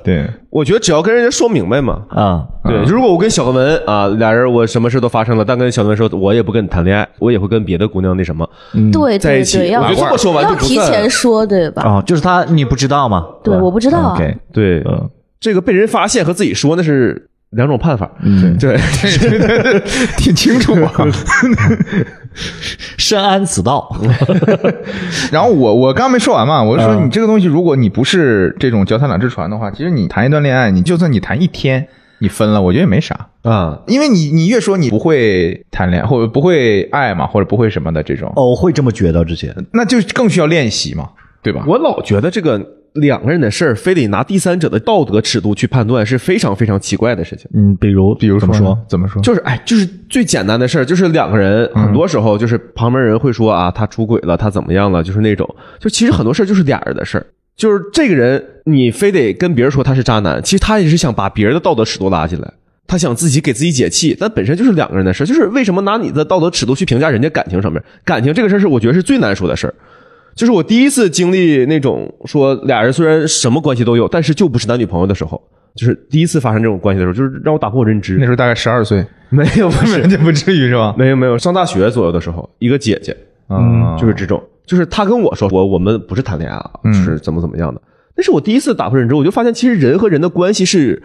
对，我觉得只要跟人家说明白嘛。啊？对，如果我跟小文啊俩人，我什么事都发生了，但跟小文说，我也不跟你谈恋爱，我也会跟别的姑娘那什么对嗯在对一起。对，要我觉得这么说完就要不提算前说，对吧？哦，就是他你不知道吗？呃对，我不知哦道啊。 OK，对，嗯，这个被人发现和自己说那是两种判法。嗯，对，挺清楚啊。深谙此道，然后我我刚没说完嘛，我就说嗯你这个东西，如果你不是这种脚踏两只船的话，其实你谈一段恋爱，你就算你谈一天，你分了，我觉得也没啥。啊，因为你你越说你不会谈恋爱，或者不会爱嘛，或者不会什么的这种， [laughs] 哦，我会这么觉得之前。那就更需要练习嘛，对吧？ [laughs] 我老觉得这个。两个人的事儿，非得拿第三者的道德尺度去判断，是非常非常奇怪的事情。嗯，比如比如怎说么呢说？怎么说？嗯就是哎，就是最简单的事儿，就是两个人，很多时候就是旁边人会说啊，他出轨了，他怎么样了，就是那种，就其实很多事儿就是俩人的事儿。就是这个人，你非得跟别人说他是渣男，其实他也是想把别人的道德尺度拉进来，他想自己给自己解气，但本身就是两个人的事儿。就是为什么拿你的道德尺度去评价人家感情上面？感情这个事儿是我觉得是最难说的事儿。就是我第一次经历那种说俩人虽然什么关系都有，但是就不是男女朋友的时候，就是第一次发生这种关系的时候，就是让我打破我认知那。时候大概十二岁， [laughs] 没有，不是 [laughs] 那就不至于是吧？没有没有，上大学左右的时候，一个姐姐嗯就是这种，就是她跟我说我我们不是谈恋爱啊，就是怎么怎么样的。那是我第一次打破认知，我就发现其实人和人的关系是。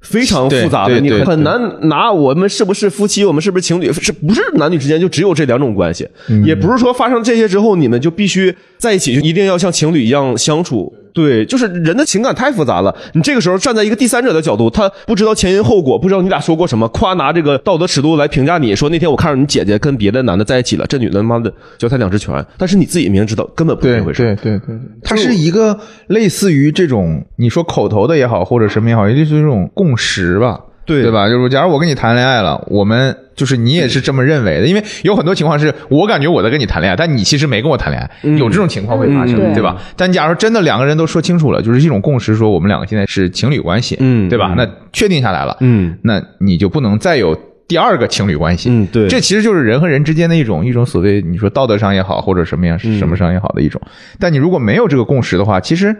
非常复杂的，对对你对很对难拿我们是不是夫妻，我们是不是情侣，是不是男女之间就只有这两种关系？也不是说发生这些之后，你们就必须在一起，就一定要像情侣一样相处。对，就是人的情感太复杂了。你这个时候站在一个第三者的角度，他不知道前因后果，不知道你俩说过什么，夸拿这个道德尺度来评价你，说那天我看着你姐姐跟别的男的在一起了，这女的他妈的脚踩两只拳，但是你自己明知道根本不是对那回对事。对对对，它是一个类似于这种你说口头的也好，或者什么也好，也就是这种共识吧，对对吧？就是假如我跟你谈恋爱了，我们就是你也是这么认为的，因为有很多情况是我感觉我在跟你谈恋爱，但你其实没跟我谈恋爱，有这种情况会发生嗯，对吧？但假如真的两个人都说清楚了，就是一种共识，说我们两个现在是情侣关系，嗯对吧？那确定下来了，嗯，那你就不能再有。第二个情侣关系，嗯对这其实就是人和人之间的一种一种所谓你说道德上也好，或者什么样什么上也好的一种。但你如果没有这个共识的话，其实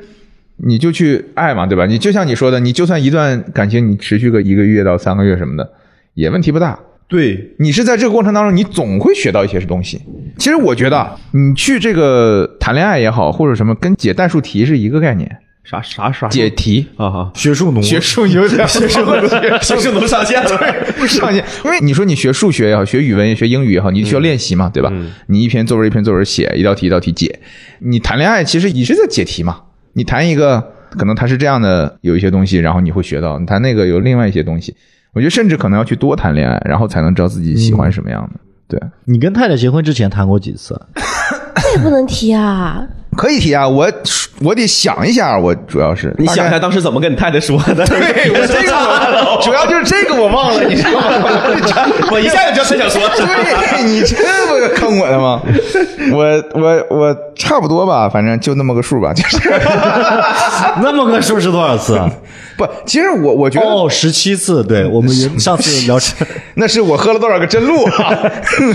你就去爱嘛，对吧？你就像你说的，你就算一段感情你持续个一个月到三个月什么的，也问题不大。对，你是在这个过程当中，你总会学到一些东西。其实我觉得啊，你去这个谈恋爱也好，或者什么，跟解代数题是一个概念。啥啥啥解题，啊哈，学术奴学术有点 [laughs] 学术学术能上线了。上去，因为你说你学数学也好，学语文也学英语也好，你需要练习嗯嘛，对吧？你一篇作文一篇作文写，一道题一道题解。你谈恋爱其实也是在解题嘛，你谈一个可能它是这样的，有一些东西，然后你会学到；你谈那个有另外一些东西。我觉得甚至可能要去多谈恋爱，然后才能知道自己喜欢什么样嗯的。对，你跟太太结婚之前谈过几次？这也不能提啊！可以提啊，我我得想一下，我主要是你想一下大概当时怎么跟你太太说的？ [laughs] 对我这个我主要就是这个我忘了，你知道吗？ [laughs] 我一下就知道他想说什么。对你这不是坑我的吗？我我我差不多吧，反正就那么个数吧，就是 [laughs] 那么个数是多少次啊？不。其实我我觉 [laughs] 得哦，十七次。对我们原上次聊天， [laughs] 那是我喝了多少个真露啊？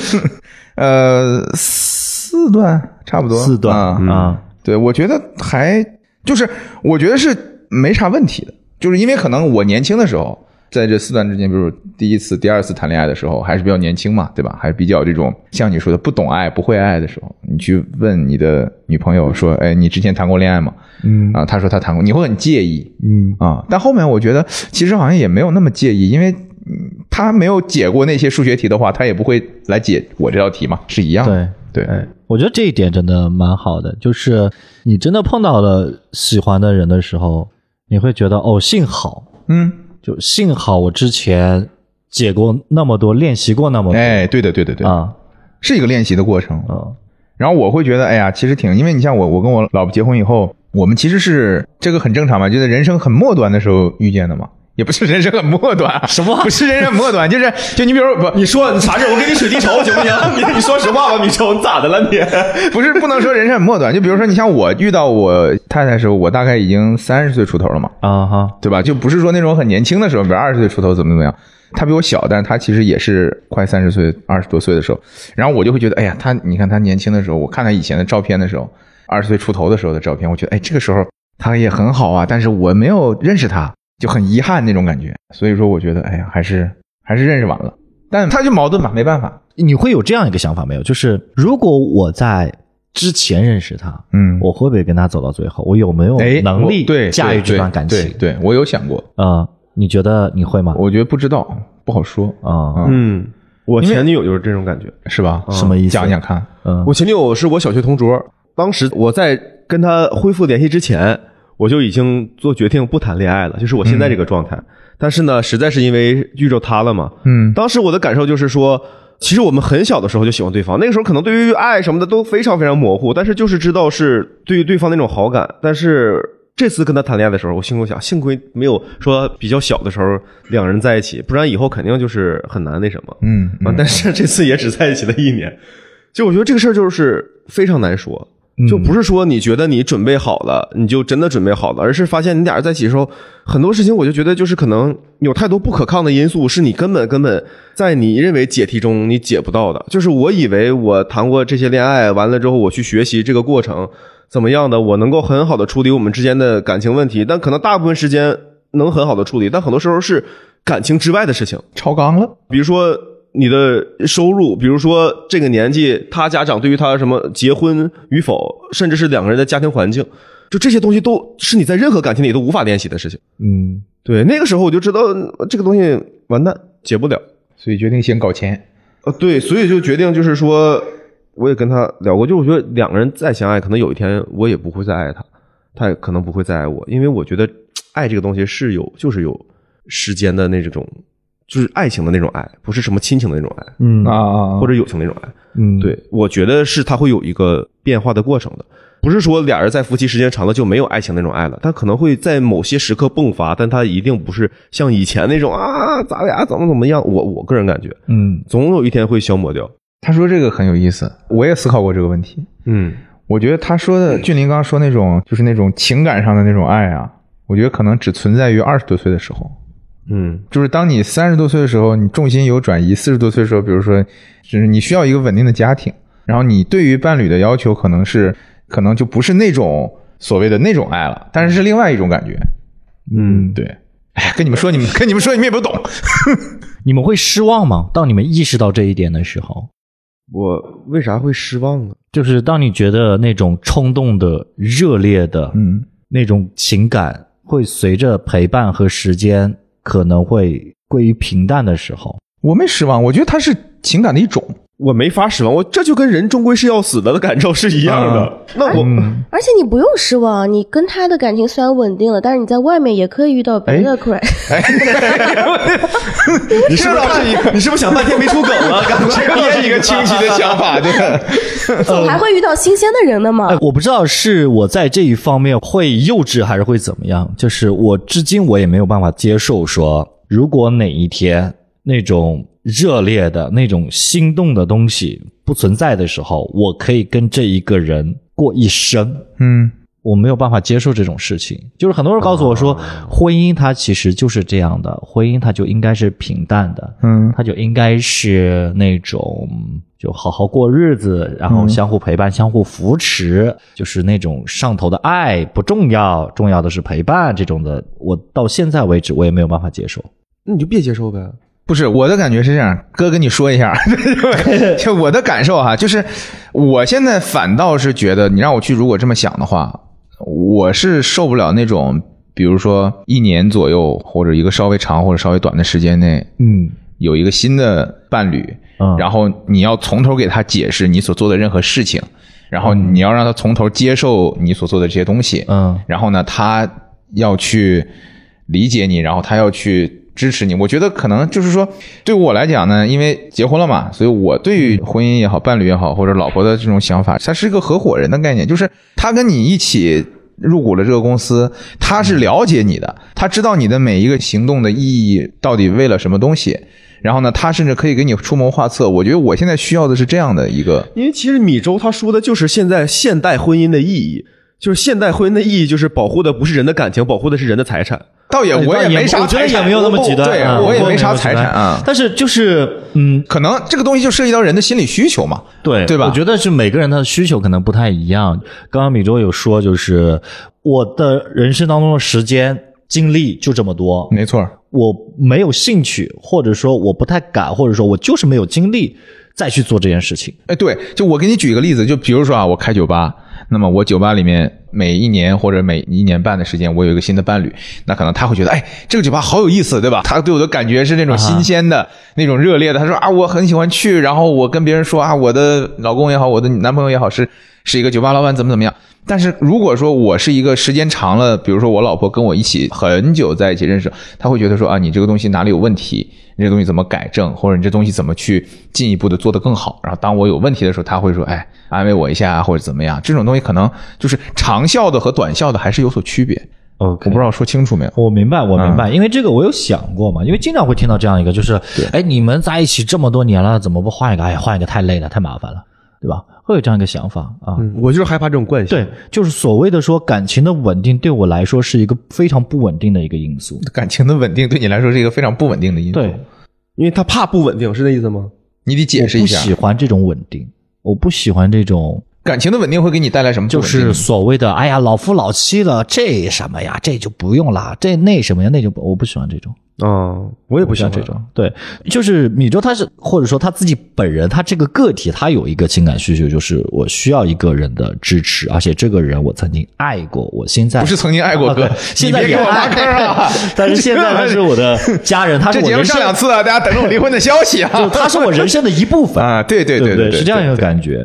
[laughs] 呃，四段差不多，四段啊、啊对，我觉得还就是我觉得是没啥问题的，就是因为可能我年轻的时候。在这四段之间，比如第一次、第二次谈恋爱的时候，还是比较年轻嘛，对吧？还是比较这种像你说的不懂爱、不会爱的时候，你去问你的女朋友说：“哎，你之前谈过恋爱吗？”嗯啊，她说她谈过，你会很介意，嗯啊，但后面我觉得其实好像也没有那么介意，因为嗯他没有解过那些数学题的话，他也不会来解我这道题嘛，是一样的。对。对哎，我觉得这一点真的蛮好的，就是你真的碰到了喜欢的人的时候，你会觉得哦，幸好，嗯，就幸好我之前解过那么多，练习过那么多、哎，对的，对的，对的，啊，是一个练习的过程。嗯然后我会觉得，哎呀，其实挺，因为你像我，我跟我老婆结婚以后，我们其实是这个很正常嘛，就在人生很末端的时候遇见的嘛。也不是人生很末端， [laughs] 什么？不是人生末端， [laughs] 就是就你比如说不，你说啥事儿？我给你水滴筹行不行？你你说实话吧，女筹，你咋的了你？ [laughs] 不是不能说人生很末端，就比如说你像我遇到我太太的时候，我大概已经三十岁出头了嘛，啊哈，对吧？就不是说那种很年轻的时候，比如二十岁出头怎么怎么样。他比我小，但是他其实也是快三十岁、二十多岁的时候，然后我就会觉得，哎呀，他你看他年轻的时候，我看他以前的照片的时候，二十岁出头的时候的照片，我觉得，哎，这个时候他也很好啊，但是我没有认识他，就很遗憾那种感觉。所以说，我觉得，哎呀，还是还是认识晚了，但他就矛盾嘛，没办法，你会有这样一个想法没有？就是如果我在之前认识他，嗯，我会不会跟他走到最后？我有没有哎能力我对驾驭对这段感对情？对对我有想过，啊，你觉得你会吗？我觉得不知道，不好说，啊， [laughs] 嗯，我前女友就是这种感觉。是吧？嗯什么意思讲讲看，嗯我前女友是我小学同桌，当时我在跟她恢复联系之前，我就已经做决定不谈恋爱了，就是我现在这个状态。但是呢，实在是因为遇着她了嘛，嗯，当时我的感受就是说，其实我们很小的时候就喜欢对方，那个时候可能对于爱什么的都非常非常模糊，但是就是知道是对于对方那种好感。但是这次跟他谈恋爱的时候，我心中想，幸亏没有说比较小的时候两人在一起，不然以后肯定就是很难那什么。嗯啊嗯，但是这次也只在一起了一年，就我觉得这个事儿就是非常难说。就不是说你觉得你准备好了，你就真的准备好了，而是发现你俩人在一起的时候，很多事情我就觉得就是可能有太多不可抗的因素，是你根本根本在你认为解题中你解不到的。就是我以为我谈过这些恋爱，完了之后我去学习这个过程怎么样的，我能够很好的处理我们之间的感情问题，但可能大部分时间能很好的处理，但很多时候是感情之外的事情。超纲了，比如说你的收入，比如说这个年纪，他家长对于他什么结婚与否，甚至是两个人的家庭环境，就这些东西都是你在任何感情里都无法练习的事情。嗯，对，那个时候我就知道呃这个东西完蛋，解不了。所以决定先搞钱，呃，对，所以就决定就是说，我也跟他聊过，就我觉得两个人再相爱，可能有一天我也不会再爱他，他也可能不会再爱我，因为我觉得爱这个东西是有，就是有时间的那种，就是爱情的那种爱，不是什么亲情的那种爱。嗯啊啊，啊或者友情那种爱。嗯，对，我觉得是它会有一个变化的过程的，不是说俩人在夫妻时间长了就没有爱情那种爱了，它可能会在某些时刻迸发，但它一定不是像以前那种啊，咱俩怎么怎么样。我我个人感觉，嗯总有一天会消磨掉。他说这个很有意思，我也思考过这个问题。嗯我觉得他说的，俊林刚刚说那种，就是那种情感上的那种爱啊，我觉得可能只存在于二十多岁的时候。嗯就是当你三十多岁的时候，你重心有转移；四十多岁的时候，比如说，就是你需要一个稳定的家庭，然后你对于伴侣的要求可能是，可能就不是那种所谓的那种爱了，但是是另外一种感觉。嗯，对，哎呀，跟你们说，你们跟你们说，你们也不懂。你们会失望吗？当你们意识到这一点的时候，我为啥会失望呢？就是当你觉得那种冲动的、热烈的、嗯，那种情感，会随着陪伴和时间可能会归于平淡的时候，我没失望，我觉得它是情感的一种。我没法失望，我这就跟人终归是要死的的感受是一样的。啊那我、嗯，而且你不用失望，你跟他的感情虽然稳定了，但是你在外面也可以遇到别哎的 crush。 [laughs] 你是不是 [laughs] 看你是不是想半天没出梗了？感觉这也是一 [laughs] 个清奇的想法， [laughs] 对吧。呃总还会遇到新鲜的人的嘛。哎，我不知道是我在这一方面会幼稚还是会怎么样，就是我至今我也没有办法接受说，如果哪一天那种热烈的那种心动的东西不存在的时候，我可以跟这一个人过一生。嗯，我没有办法接受这种事情。就是很多人告诉我说，婚姻它其实就是这样的，婚姻它就应该是平淡的，嗯它就应该是那种就好好过日子，然后相互陪伴、相互扶持，就是那种上头的爱不重要，重要的是陪伴这种的。我到现在为止，我也没有办法接受。那你就别接受呗。不是我的感觉是这样，哥跟你说一 [laughs] 下，就我的感受哈，就是我现在反倒是觉得，你让我去如果这么想的话，我是受不了那种，比如说一年左右或者一个稍微长或者稍微短的时间内嗯有一个新的伴侣，嗯然后你要从头给他解释你所做的任何事情，然后你要让他从头接受你所做的这些东西，嗯然后呢，他要去理解你，然后他要去支持你。我觉得可能就是说，对我来讲呢，因为结婚了嘛，所以我对于婚姻也好、伴侣也好，或者老婆的这种想法，它是一个合伙人的概念，就是他跟你一起。入股了这个公司，他是了解你的，他知道你的每一个行动的意义到底为了什么东西，然后呢，他甚至可以给你出谋划策。我觉得我现在需要的是这样的一个，因为其实米粥他说的就是现在现代婚姻的意义，就是现代婚姻的意义就是保护的不是人的感情，保护的是人的财产。哎倒也我也没啥我觉财得产，也没有那么极端，对嗯我也没啥那么极财端产啊。但是就是嗯，可能这个东西就涉及到人的心理需求嘛，对对吧我觉得是每个人他的需求可能不太一样。刚刚米周有说，就是我的人生当中的时间精力就这么多，没错，我没有兴趣，或者说我不太敢，或者说我就是没有精力再去做这件事情。哎，对，就我给你举一个例子，就比如说啊，我开酒吧，那么我酒吧里面每一年或者每一年半的时间，我有一个新的伴侣，那可能他会觉得，哎，这个酒吧好有意思，对吧？他啊对我的感觉是那种新鲜的、那种热烈的。他说啊，我很喜欢去，然后我跟别人说啊，我的老公也好，我的男朋友也好，是是一个酒吧老板，怎么怎么样。但是如果说我是一个时间长了，比如说我老婆跟我一起很久在一起认识，她会觉得说啊，你这个东西哪里有问题，你这个东西怎么改正，或者你这东西怎么去进一步的做得更好。然后当我有问题的时候，她会说，哎，安慰我一下啊或者怎么样。这种东西可能就是长效的和短效的还是有所区别。 OK，我不知道说清楚没有？我明白，我明白，嗯因为这个我有想过嘛，因为经常会听到这样一个，就是，哎，你们在一起这么多年了，怎么不换一个？哎呀，换一个太累了，太麻烦了，对吧？会有这样一个想法啊。嗯，我就是害怕这种惯性。对，就是所谓的说感情的稳定，对我来说是一个非常不稳定的一个因素。感情的稳定对你来说是一个非常不稳定的因素，对，因为他怕不稳定，是那意思吗？你得解释一不下，喜欢这种稳定，我不喜欢这种感情的稳定会给你带来什么不就稳定？是所谓的哎呀老夫老妻了，这什么呀，这就不用啦，这那什么呀，那就不我不喜欢这种。啊，我也不喜像欢这种。对，就是米粥，他是或者说他自己本人，他这个个体，他有一个情感需求，就是我需要一个人的支持，而且这个人我曾经爱过，我现在啊不是曾经爱过哥，现你在别给我爱挖坑啊！但是现在他是我的家人，他是这我节目人上生，两次啊，大家等着我离婚的消息就啊！ [laughs] 他是我人生的一部分。啊，对对不对是这样一个觉。感觉。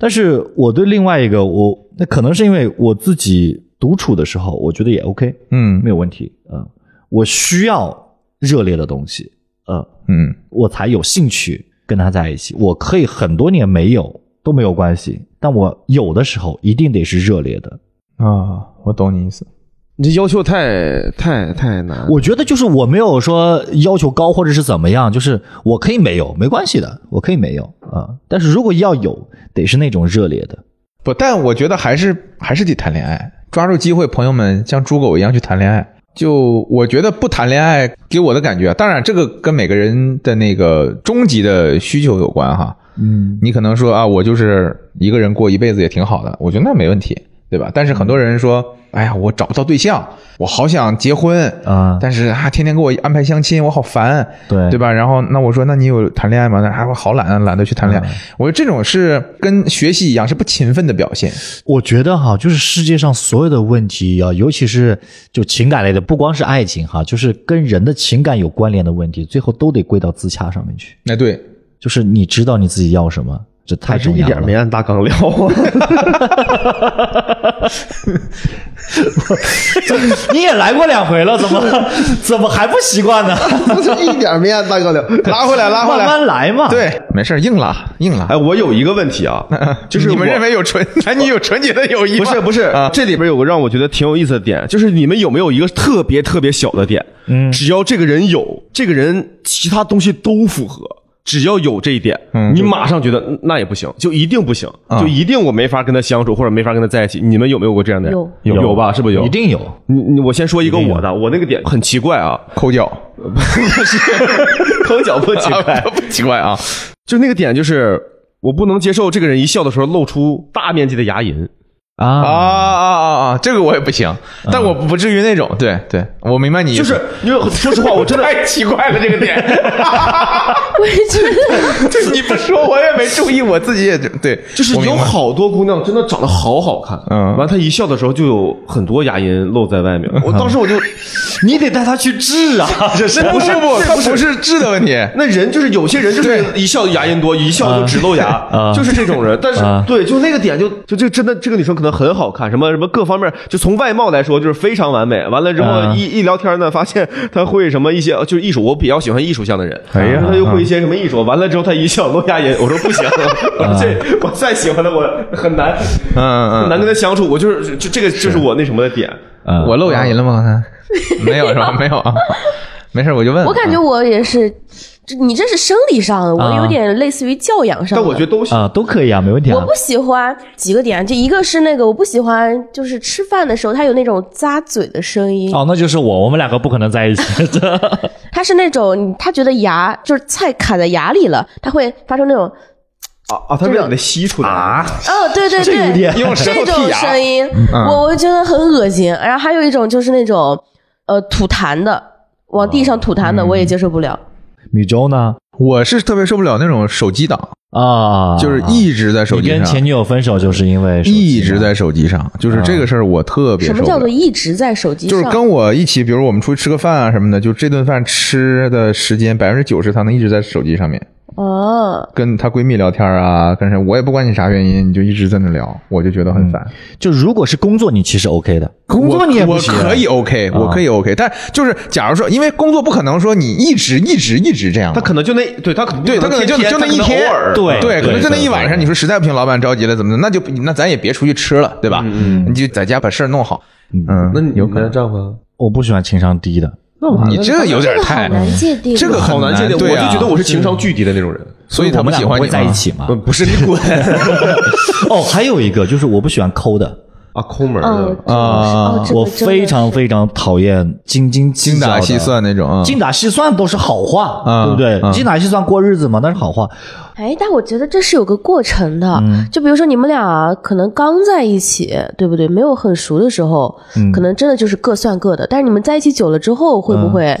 但是我对另外一个，我那可能是因为我自己独处的时候，我觉得也 OK，嗯没有问题啊、嗯我需要热烈的东西，呃，嗯，我才有兴趣跟他在一起。我可以很多年没有都没有关系，但我有的时候一定得是热烈的。啊，我懂你意思。你这要求太太太难。我觉得就是我没有说要求高或者是怎么样，就是我可以没有，没关系的，我可以没有啊、但是如果要有，得是那种热烈的。不，但我觉得还是还是得谈恋爱，抓住机会，朋友们像猪狗一样去谈恋爱。就我觉得不谈恋爱给我的感觉啊，当然这个跟每个人的那个终极的需求有关哈。嗯，你可能说啊，我就是一个人过一辈子也挺好的，我觉得那没问题，对吧？但是很多人说，哎呀，我找不到对象，我好想结婚啊但是啊，天天给我安排相亲，我好烦，对对吧？然后那我说，那你有谈恋爱吗？那啊，我好懒啊，懒得去谈嗯恋爱。我说这种是跟学习一样，是不勤奋的表现。我觉得哈，就是世界上所有的问题啊，尤其是就情感类的，不光是爱情哈，就是跟人的情感有关联的问题，最后都得归到自洽上面去。那哎对，就是你知道你自己要什么，这太还是重一要点了没。按大 [laughs] 纲聊啊， [laughs] 你也来过两回了，怎么 [laughs] 怎么还不习惯呢？ [laughs] 一点没按大纲聊。拉回来，拉回慢来，慢来嘛。，对，没事儿，硬拉，硬拉。哎，我有一个问题啊，就是你们我认为有纯 [laughs] 男女有纯洁的友 [laughs] 谊不吗？是不是、啊，这里边有个让我觉得挺有意思的点，就是你们有没有一个特别特别小的点？嗯只要这个人有，这个人其他东西都符合。只要有这一点，嗯你马上觉得嗯那也不行，就一定不行，啊就一定我没法跟他相处，或者没法跟他在一起。你们有没有过这样的？有有吧？是不是有？一。定有。你你我先说一个我的，我那个点很奇怪啊，抠 [laughs] 脚，抠脚不奇 [laughs] 怪，不奇怪啊。就那个点就是我不能接受这个人一笑的时候露出大面积的牙龈。啊啊，啊啊啊！这个我也不行，但我不至于那种。对对，我明白你意思嗯就是因 [laughs] 为说实话，我真的太奇怪了这个点， [laughs] 我也觉得，就是你不说我也没注意，我自己也对，就是我明有白好多姑娘真的长得好好看，嗯完她一笑的时候就有很多牙龈露在外面，我当时我就，你得带他去治啊，这是嗯 [laughs] 不是 [laughs] 不，它不是质的问题。那人就是有些人就是一笑牙龈多，一笑就直 [laughs] 露牙，啊就是这种人。但是啊对，就那个点就就这真的这个女生可能很好看，什么什么各方面，就从外貌来说就是非常完美。完了之后啊一一聊天呢，发现她会什么一些就是艺术，我比较喜欢艺术向的人，哎 [laughs] 呀她又会一些什么艺术。完了之后她一笑露牙龈，我说不 [laughs] 行，我这我再喜欢的我很难。嗯嗯很难跟他相处。我就是就这个就是我那什么的点。嗯，我 [laughs] 露牙龈了吗？刚才没有是吧？没有啊，没事，我就问。我感觉我也是这你这是生理上的，我啊有点类似于教养上但的。我觉得都行。啊，都可以啊，没问题啊我。不喜欢几个点，就一个是那个我不喜欢，就是吃饭的时候他有那种咂嘴的声音，哦，那就是我，我们两个不可能在 [laughs] 一起。他是那种他觉得牙就是菜卡在牙里了，他会发出那种啊啊，他们俩得吸出来啊，哦，对对对，用舌头这剔种牙声音，我我觉得很恶心。然后还有一种就是那种呃吐痰的，往地上吐痰的，我也接受不了。米粥呢？我是特别受不了那种手机党，啊，就是一直在手你机跟前上，女友分手就是因为手机一直在手机上，就是这个事儿我特别什受不了。么叫做一直在手机就是上？跟我一起，比如我们出去吃个饭啊什么的，就这顿饭吃的时间百分之九十，她能一直在手机上面哦，跟她闺蜜聊天啊，跟谁我也不管你啥原因，你就一直在那聊，我就觉得很烦。就如果是嗯工作，你其实 OK 的，工作你也我不我行啊可以 OK，、我可以 OK，但就是假如说，因为工作不可能说你一直一直一直这样嘛，他可能就那对他可能对他他可能就天就那他可一能天偶尔对对，可能就那一晚对对上，对你说实在不行，老板着急了怎么的，那就那咱也别出去吃了，对吧？你就在家把事儿弄好。嗯，嗯那你有可你的能，丈夫，我不喜欢情商低的。那完了你这有点这个好太，难界定。这个好很难界定，我对就啊觉得我是情商巨低的那种人。嗯所以他我不们喜俩欢不你嗯会在一嘛起嘛？不不是你滚哦，还有一个就是我不喜欢抠的， [laughs] 啊，抠门哦的，啊哦这个我真的非常非常讨厌斤斤计精较打的细算那种啊。精打细算都是好话，嗯对不对？嗯精打细算过日子嘛，那是好话。哎，但我觉得这是有个过程的。嗯就比如说你们俩可能刚在一起，对不对？没有很熟的时候，嗯可能真的就是各算各的。但是你们在一起久了之后，会不会？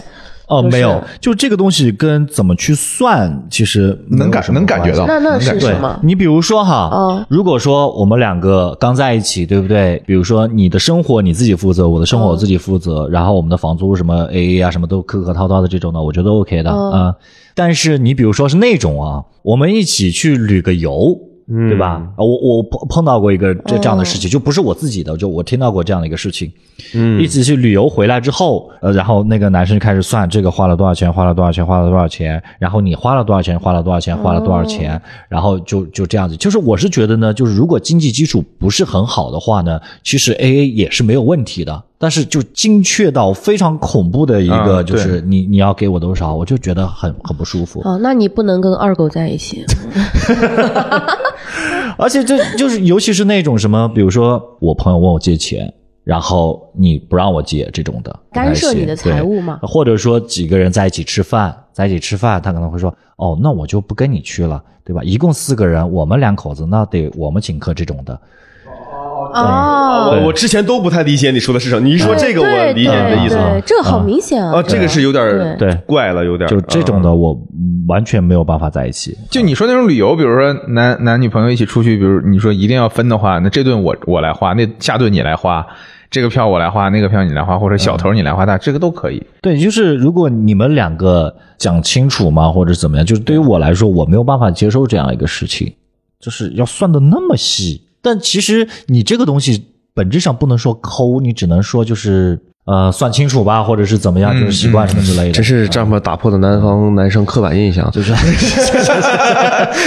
哦，就是没有，就这个东西跟怎么去算，其实没有能感什么能感关系觉到那那是能什对么？你比如说哈，嗯如果说我们两个刚在一起，对不对？比如说你的生活你自己负责，我的生活我自己负责，嗯然后我们的房租什么 AA 啊，什么都客客套套的这种的，我觉得 OK 的啊、嗯嗯但是你比如说是那种啊，我们一起去旅个游。对吧？啊我我碰碰到过一个这嗯这样的事情，就不是我自己的，就我听到过这样的一个事情。嗯一起去旅游回来之后，呃，然后那个男生就开始算这个花了多少钱，花了多少钱，花了多少钱，然后你花了多少钱，花了多少钱，花了多少钱，嗯然后就就这样子。就是我是觉得呢，就是如果经济基础不是很好的话呢，其实 A A 也是没有问题的。但是就精确到非常恐怖的一个，啊嗯就对是你、你要给我多少，我就觉得很很不舒服。哦，那你不能跟二狗在 [laughs] 一起。而且这就是，尤其是那种什么，比如说我朋友问我借钱，然后你不让我借这种的，干涉你的不太行财务吗对或者说几个人在一起吃饭，在一起吃饭，他可能会说，哦，那我就不跟你去了，对吧？一共四个人，我们两口子，那得我们请客这种的。哦，我我之前都不太理解你说的是什么，你一说这个我理解你的意思对对了对。这个好明显啊！啊，这个是有点对怪了，有点就这种的，我完全没有办法在一起。就你说那种旅游，比如说男男女朋友一起出去，比如你说一定要分的话，那这顿我我来花，那下顿你来花，这个票我来花，那个票你来花，或者小头你来花，大这个都可以。对，就是如果你们两个讲清楚嘛，或者怎么样，就是对于我来说，我没有办法接受这样一个事情，就是要算的那么细。但其实你这个东西本质上不能说抠，你只能说就是呃算清楚吧，或者是怎么样，就是习惯什么之类的。这是丈夫打破了南方男生刻板印象，就是啊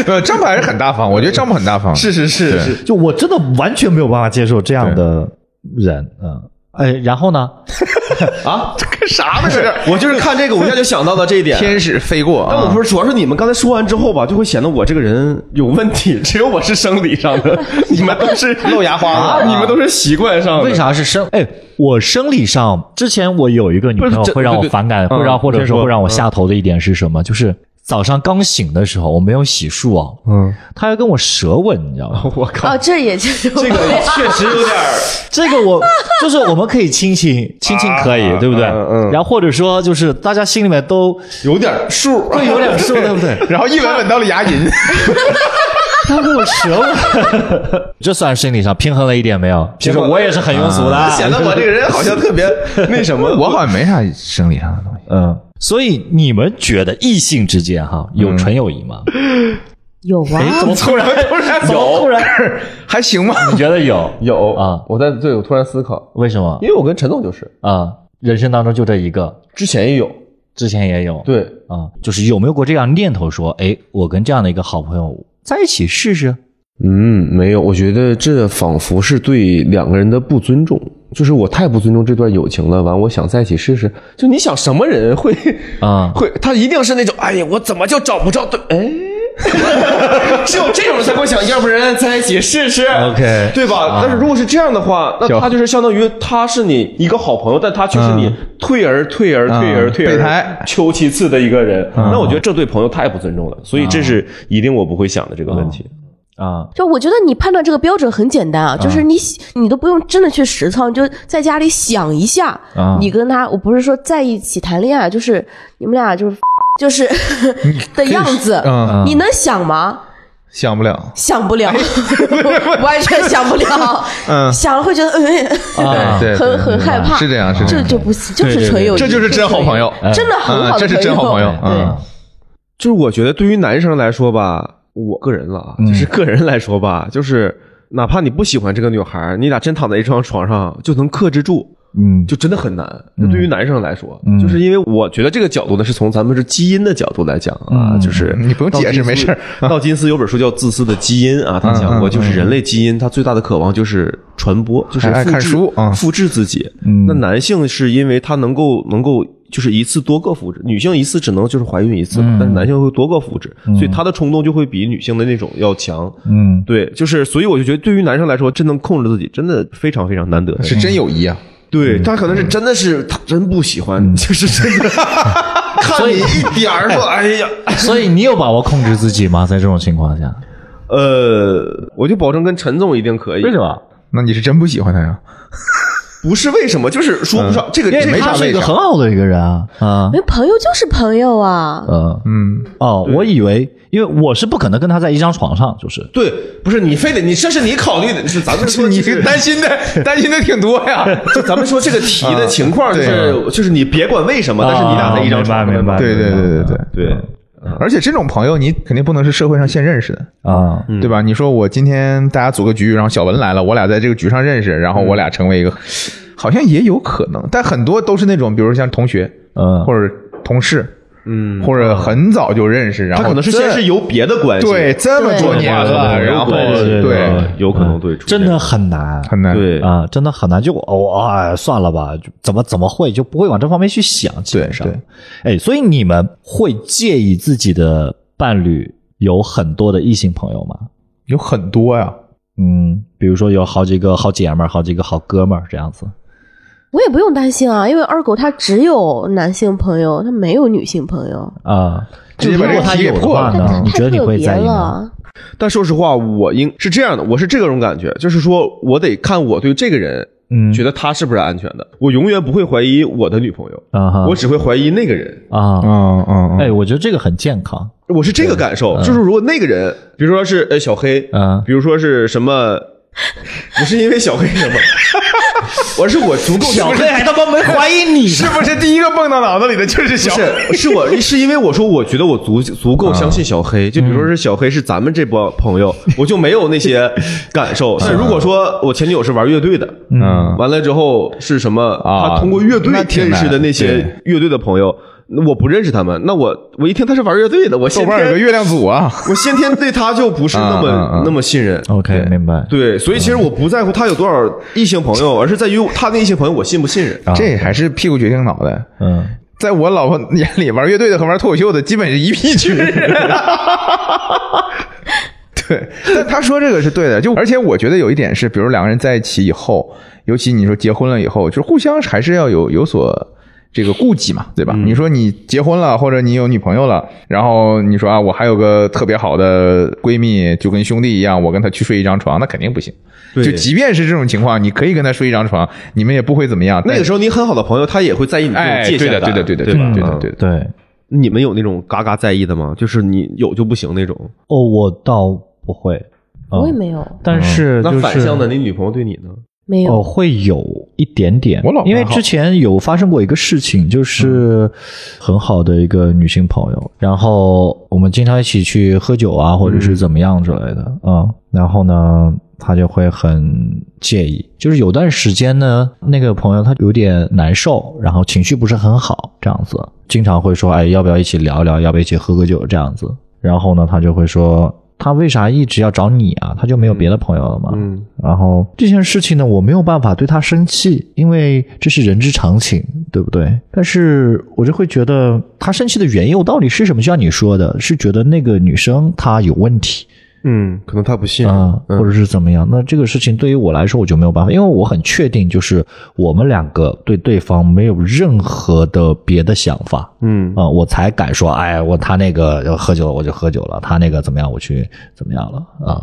呃，张鹏还是很大方，我觉得张鹏很大方。是是是是，就我真的完全没有办法接受这样的人，嗯。哎，然后呢？啊，这 [laughs] 干啥呢？这是我就是看这个，我一下就想到了这一点。天使飞过但我啊不！是，主要是你们刚才说完之后吧，就会显得我这个人有问题， [laughs] 只有我是生理上的，你们都是 [laughs] 露牙花了你们都是习惯上的。为？啥是生？哎，我生理上之前我有一个女朋友不是这会让我反感，对对会让嗯或者你先说说会让我下头的一点是什么？就是早上刚醒的时候，我没有洗漱啊，嗯，她要跟我舌吻，你知道吗？ [laughs] 啊我靠哦，，这也就是这个确实有点儿。这个我就是我们可以亲亲，亲亲可以，对不对？嗯嗯然后或者说就是大家心里面都 [laughs] 有点数，会有点数，对不对？然后一吻吻到了牙龈，他跟我舌吻， [laughs] 这算是生理上平衡了一点没有？其实我也是很庸俗的啊， [laughs] 显得我这个人好像特 [laughs] 别 [laughs] 那什么。我好像没啥生理上的东西。嗯。所以你们觉得异性之间哈有纯友谊 [laughs] 吗？有啊，嗯么突然突然有突 [laughs] 然哎还行吧，你觉得有有啊我在对我突然思考，为什么因为我跟陈总就是啊？人生当中就这一个，之前也有，之前也有对，啊，就是有没有过这样念头说，哎，我跟这样的一个好朋友在一起试试？嗯，没有，我觉得这仿佛是对两个人的不尊重，就是我太不尊重这段友情了。完，我想在一起试试。就你想什么人会啊 [laughs] 会他一定是那种，哎呀，我怎么就找不着对？哎，只有这种人才会想，要不然在一起试试 OK 对吧？但是如果是这样的话，那就他就是相当于他是你一个好朋友，但他却是你退而退而退而嗯退而备胎求其次的一个人。那我觉得这对朋友太不尊重了，所以这是一定我不会想的这个问题。啊，就我觉得你判断这个标准很简单啊，就是你喜你都不用真的去实操，你就在家里想一下，啊你跟他，我不是说在一起谈恋爱，就是你们俩就是 [laughs] 就是的样子， [laughs] 嗯，你能想吗？想不了。想 [laughs] 不了，完全想不了，嗯想了会觉得嗯， [laughs] 啊对，很对很对害怕是这样，是这这样，就不行，就对是对纯友谊，这就是真好朋友。纯友谊，真的很好嗯，的，这是真好朋啊友。对嗯，就是我觉得对于男生来说吧，我个人了啊，就是个人来说吧，就是哪怕你不喜欢这个女孩儿，你俩真躺在一张床上就能克制住，嗯，就真的很难。就对于男生来说，嗯就是因为我觉得这个角度呢，是从咱们是基因的角度来讲啊，嗯就是你不用解释道金斯没事儿道金斯有本书叫《自私的基因》啊，他讲过，嗯嗯就是人类基因它最大的渴望就是传播，就是还爱复制看书啊复制自己。嗯那男性是因为他能够能够。就是一次多个复制，女性一次只能就是怀孕一次，嗯但是男性会多个复制，所以他的冲动就会比女性的那种要强。 [laughs] 嗯，对，就是所以我就觉得，对于男生来说，真能控制自己，真的非常非常难得。是真友谊啊。对他可能是真的是他真不喜欢，就是真的看你一点儿说，哎呀，所以你有把握控制自己吗？在这种情况下，呃，我就保证跟陈总一定可以。为什？么？那你是真不喜欢他呀？不是为什么，就是说不上这个因这个为他啥是一为个啥很好的一个人啊啊没朋友就是朋友啊，呃嗯，哦，我以为，因为我是不可能跟他在一张床上，就是对，不是你非得你这是你考虑的，是咱们说你就是担 [laughs] 心的担心的挺多呀。就咱们说这个题的情况，就是就是你别管为什么，但是你俩在一张床上明白明白对对对对对对，嗯而且这种朋友，你肯定不能是社会上现认识的，啊，嗯对吧？你说我今天大家组个局，然后小文来了，我俩在这个局上认识，然后嗯我俩成为一个，好像也有可能，但很多都是那种，比如像同学嗯或者同事，嗯，或者很早就认识，然他后可能是先这是由别的关系，对呃这么多对年对了，对对然后对对对对有可能对，真的很难，很难对啊，真的很难，就哦，哎，算了吧，就怎么怎么会就不会往这方面去想，基本上对，哎，所以你们会介意自己的伴侣有很多的异性朋友吗？有很多呀。嗯，比如说有好几个好姐们儿，好几个好哥们儿这样子，我也不用担心啊，因为二狗他只有男性朋友，他没有女性朋友，啊，直就如接把这果个他题给有的破话了呢，太啊你觉得你特会别在意吗？了。但说实话，我应是这样的，我是这种感觉，就是说我得看我对这个人，嗯觉得他是不是安全的。我永远不会怀疑我的女朋友，啊哈我只会怀疑那个人。啊，嗯嗯哎，我觉得这个很健康，我是这个感受，就是如果那个人，比如说是呃小黑，嗯比如说是什么， [laughs] 不是因为小黑什 [laughs] 么，我是我足够还他妈没怀疑你是不是第一个蹦到脑子里的就是小不是，是我是因为我说我觉得我足足够相信小啊黑，就比如嗯说是小黑是咱们这波朋友，我就没有那些感 [laughs] 受。但如果说我前女友是玩乐队的，嗯完了之后是什么？啊他通过乐队那挺认识的难那些乐队的朋友，那我不认识他们，那我我一听他是玩乐队的，我豆先瓣有个天月亮组啊，我先天对他就不是那嗯嗯么嗯那么信任。 ？OK，明白。对，所以其实我不在乎他有多少异性朋友，而是在于他那异性朋友我信不信任。啊这还是屁股决定脑袋。嗯，在我老婆眼里，玩乐队的和玩脱口秀的基本是一批群人。对，但他说这个是对的，就而且我觉得有一点是，比如两个人在一起以后，尤其你说结婚了以后，就是互相还是要有有所这个顾忌嘛，嗯对吧？你说你结婚了，或者你有女朋友了，然后你说啊，我还有个特别好的闺蜜，就跟兄弟一样，我跟她去睡一张床，那肯定不行。对就即便是这种情况，你可以跟她睡一张床，你们也不会怎么样。那但个时候，你很好的朋友，他也会在意你这哎种界对限的感，对的对的对吧对的嗯对的对。你们有那种嘎嘎在意的吗？就是你有就不行那种。哦，我倒不会，嗯我也没有，但是就是那反向的，你女朋友对你呢？没有哦，会有一点点。我老婆因为还好嗯之前有发生过一个事情，就是很好的一个女性朋友，然后我们经常一起去喝酒啊，或者是怎么样之类的啊、嗯然后呢，她就会很介意，就是有段时间呢，那个朋友她有点难受，然后情绪不是很好，这样子，经常会说，哎，要不要一起聊一聊？要不要一起喝个酒？这样子。然后呢，她就会说。他为啥一直要找你啊？他就没有别的朋友了吗？嗯，然后这件事情呢，我没有办法对他生气，因为这是人之常情，对不对？但是我就会觉得他生气的缘由到底是什么？就像你说的，是觉得那个女生她有问题嗯，可能他不信啊、嗯或者是怎么样？那这个事情对于我来说，我就没有办法，因为我很确定，就是我们两个对对方没有任何的别的想法。嗯啊、我才敢说，哎，我他那个要喝酒了，我就喝酒了；他那个怎么样，我去怎么样了啊？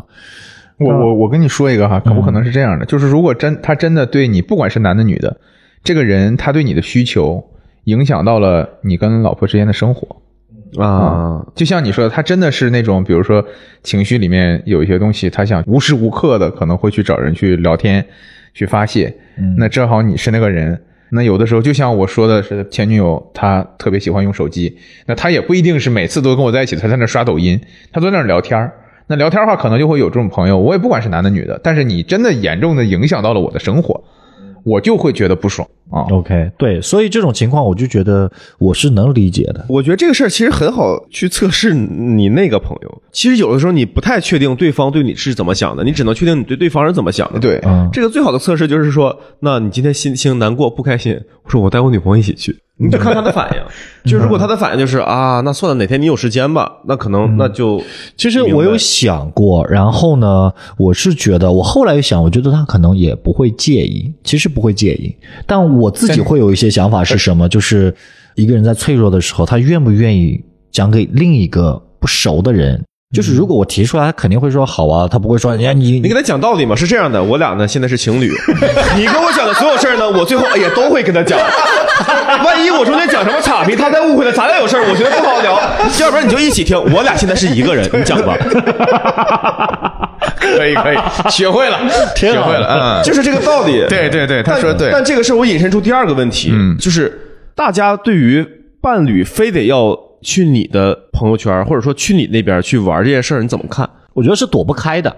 我我我跟你说一个哈，可不可能是这样的？就是如果真他真的对你，不管是男的女的，这个人他对你的需求影响到了你跟老婆之间的生活，啊，就像你说的，他真的是那种，比如说情绪里面有一些东西，他想无时无刻的可能会去找人去聊天，去发泄。嗯那正好你是那个人。那有的时候，就像我说的是，前女友她特别喜欢用手机，那她也不一定是每次都跟我在一起，她在那刷抖音，她都在那聊天儿。那聊天儿的话，可能就会有这种朋友，我也不管是男的女的，但是你真的严重的影响到了我的生活，我就会觉得不爽啊。 OK，对，所以这种情况我就觉得我是能理解的。我觉得这个事儿其实很好去测试你那个朋友。其实有的时候你不太确定对方对你是怎么想的，你只能确定你对对方是怎么想的。，对，嗯，这个最好的测试就是说，那你今天心情难过不开心，我说我带我女朋友一起去，嗯你就看她的反应。就如果她的反应就是啊，那算了，哪天你有时间吧，那可能那就嗯其实明我有白想过，然后呢，我是觉得，我后来想，我觉得他可能也不会介意，其实不会介意，但我自己会有一些想法是什么？就是一个人在脆弱的时候，他愿不愿意讲给另一个不熟的人？就是如果我提出来，他肯定会说好啊，他不会说人家你你给他讲道理嘛。是这样的，我俩呢现在是情 [laughs] 侣，你跟我讲的所有事儿呢，我最后也都会跟他 [laughs] 讲。万一我中间讲什么岔劈，他再误会了，咱俩有事儿，我觉得不好 [laughs] 聊。要不然你就一起听，我俩现在是一个人，你讲吧。可以可以，学会 [laughs] 了，学会 [laughs] 了，嗯，就是这个道理。对对对，他但说对，但这个事儿我引申出第二个问题，嗯就是大家对于伴侣非得要去你的朋友圈，或者说去你那边去玩这件事儿，你怎么看？我觉得是躲不开的。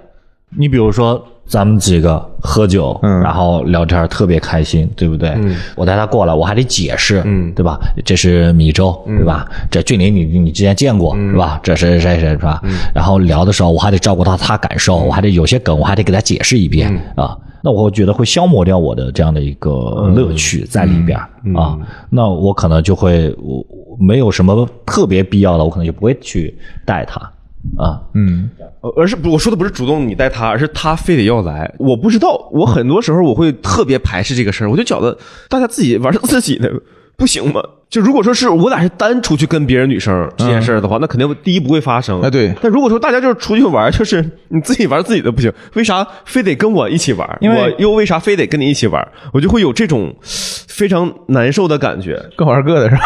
你比如说，咱们几个喝酒，嗯然后聊天特别开心，对不对？我带他过来，我还得解释，嗯对吧？这是米粥，对吧？这俊林你你之前见过、是吧？这谁谁谁谁是吧？然后聊的时候，我还得照顾到他感受，我还得有些梗，我还得给他解释一遍、啊。那我觉得会消磨掉我的这样的一个乐趣在里边、啊。那我可能就会我我没有什么特别必要的，我可能就不会去带他啊。嗯，呃而是不我说的不是主动你带他，而是他非得要来。我不知道，我很多时候我会特别排斥这个事儿，我就觉得大家自己玩自己的。不行吗？就如果说是我俩是单出去跟别人女生这件事儿的话，那肯定第一不会发生。啊嗯对但如果说大家就是出去玩，就是你自己玩自己的不行，为啥非得跟我一起玩？因为我又为啥非得跟你一起玩？我就会有这种非常难受的感觉。各玩各的是吧？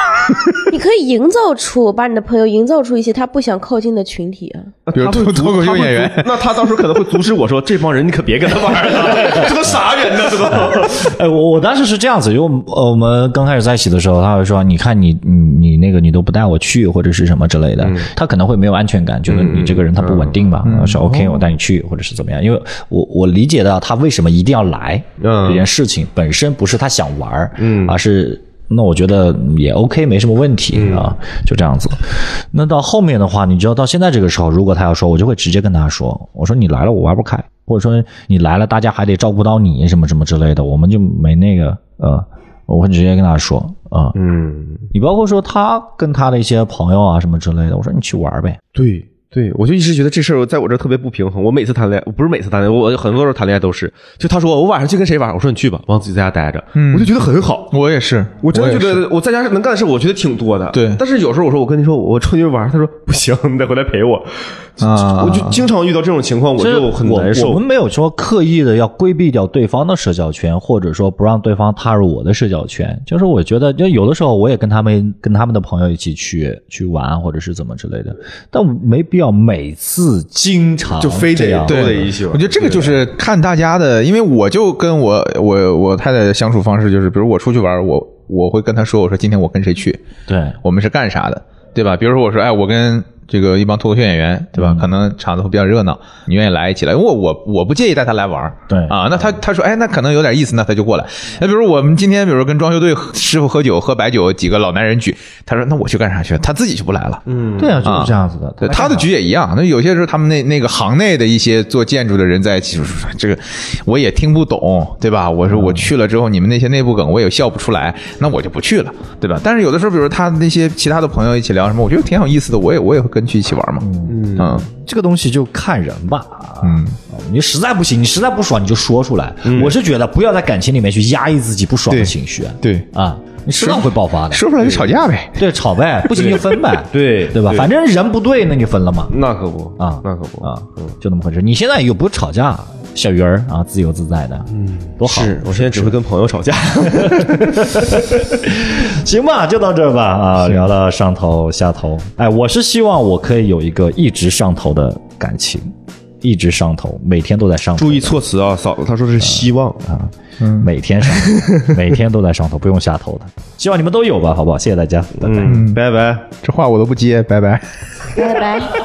你可以营造出把你的朋友营造出一些他不想靠近的群体啊。 [laughs] 比如他会脱阻脱口秀演员他会阻那他到时候可能会阻止我说：“这帮人你可别跟他玩了， [laughs] 这都啥人呢？这都。” [laughs] 哎，我我当时是这样子，因为我们呃我们刚开始在一起的时候，他会说：“你看你你你那个你都不带我去，或者是什么之类的。他可能会没有安全感，觉得你这个人他不稳定吧。我说 OK，我带你去，或者是怎么样？因为我我理解到他为什么一定要来、嗯这件事情本身不是他想玩儿，而是。那我觉得也 OK，没什么问题、啊，就这样子。那到后面的话，你知道到现在这个时候，如果他要说，我就会直接跟他说，我说你来了，我玩不开，或者说你来了，大家还得照顾到你什么什么之类的，我们就没那个呃，我会直接跟他说啊、嗯，你包括说他跟他的一些朋友啊什么之类的，我说你去玩呗，对对，我就一直觉得这事儿在我这儿特别不平衡。我每次谈恋爱，我不是每次谈恋爱，我我很多时候谈恋爱都是，就他说我晚上去跟谁玩，我说你去吧，完我自己在家待着，我就觉得很好。嗯我也是，我真的觉也是得我在家能干的事，我觉得挺多的。对但是有时候我说我跟你说我出去玩，他说不行，你得回来陪我。啊我就经常遇到这种情况，我其实就很我难我受们。没有说刻意的要规避掉对方的社交圈，或者说不让对方踏入我的社交圈。就是我觉得，就有的时候我也跟他们跟他们的朋友一起去去玩，或者是怎么之类的，但没必要每次经常就非得这样对都得对一起玩我觉得这个就是看大家的，因为我就跟我我我太太的相处方式就是，比如我出去玩，我我会跟她说，我说今天我跟谁去，对我们是干啥的，对吧？比如说我说，哎，我跟这个一帮脱口秀演员，对吧？可能场子会比较热闹，你愿意来一起来，因为我我我不介意带他来玩儿对啊，那他他说哎，那可能有点意思，那他就过来。那比如我们今天，比如跟装修队喝师傅喝酒，喝白酒，几个老男人局，他说那我去干啥去？他自己就不来了。嗯，对啊，就是这样子的。对他的局也一样，那有些时候他们那那个行内的一些做建筑的人在一起，就说这个我也听不懂，对吧？我说我去了之后，你们那些内部梗我也笑不出来，那我就不去了，对吧？但是有的时候，比如他那些其他的朋友一起聊什么，我觉得挺有意思的，我也我也会跟去一起玩嘛，嗯这个东西就看人吧，嗯，你实在不行，你实在不爽，你就说出来。我是觉得不要在感情里面去压抑自己不爽的对情绪，对，啊，你迟早会爆发的。说出来就吵架呗，对，吵呗，不行就分呗，对对吧？对反正人不对，那就分了嘛，那可不啊那可不啊，就那么回事。你现在又不吵架，小鱼儿啊，自由自在的，嗯，多好。是，我现在只会跟朋友吵架。 [laughs] 行吧，就到这儿吧啊，聊了上头下头。哎，我是希望我可以有一个一直上头的感情，一直上头，每天都在上头，嗯注意措辞啊，嫂子，她说的是希望啊，每天上头，每天都在上头，不用下头的。希嗯望你们都有吧，好不好？谢谢大家，拜拜。嗯，拜拜。这话我都不接，拜拜。拜拜。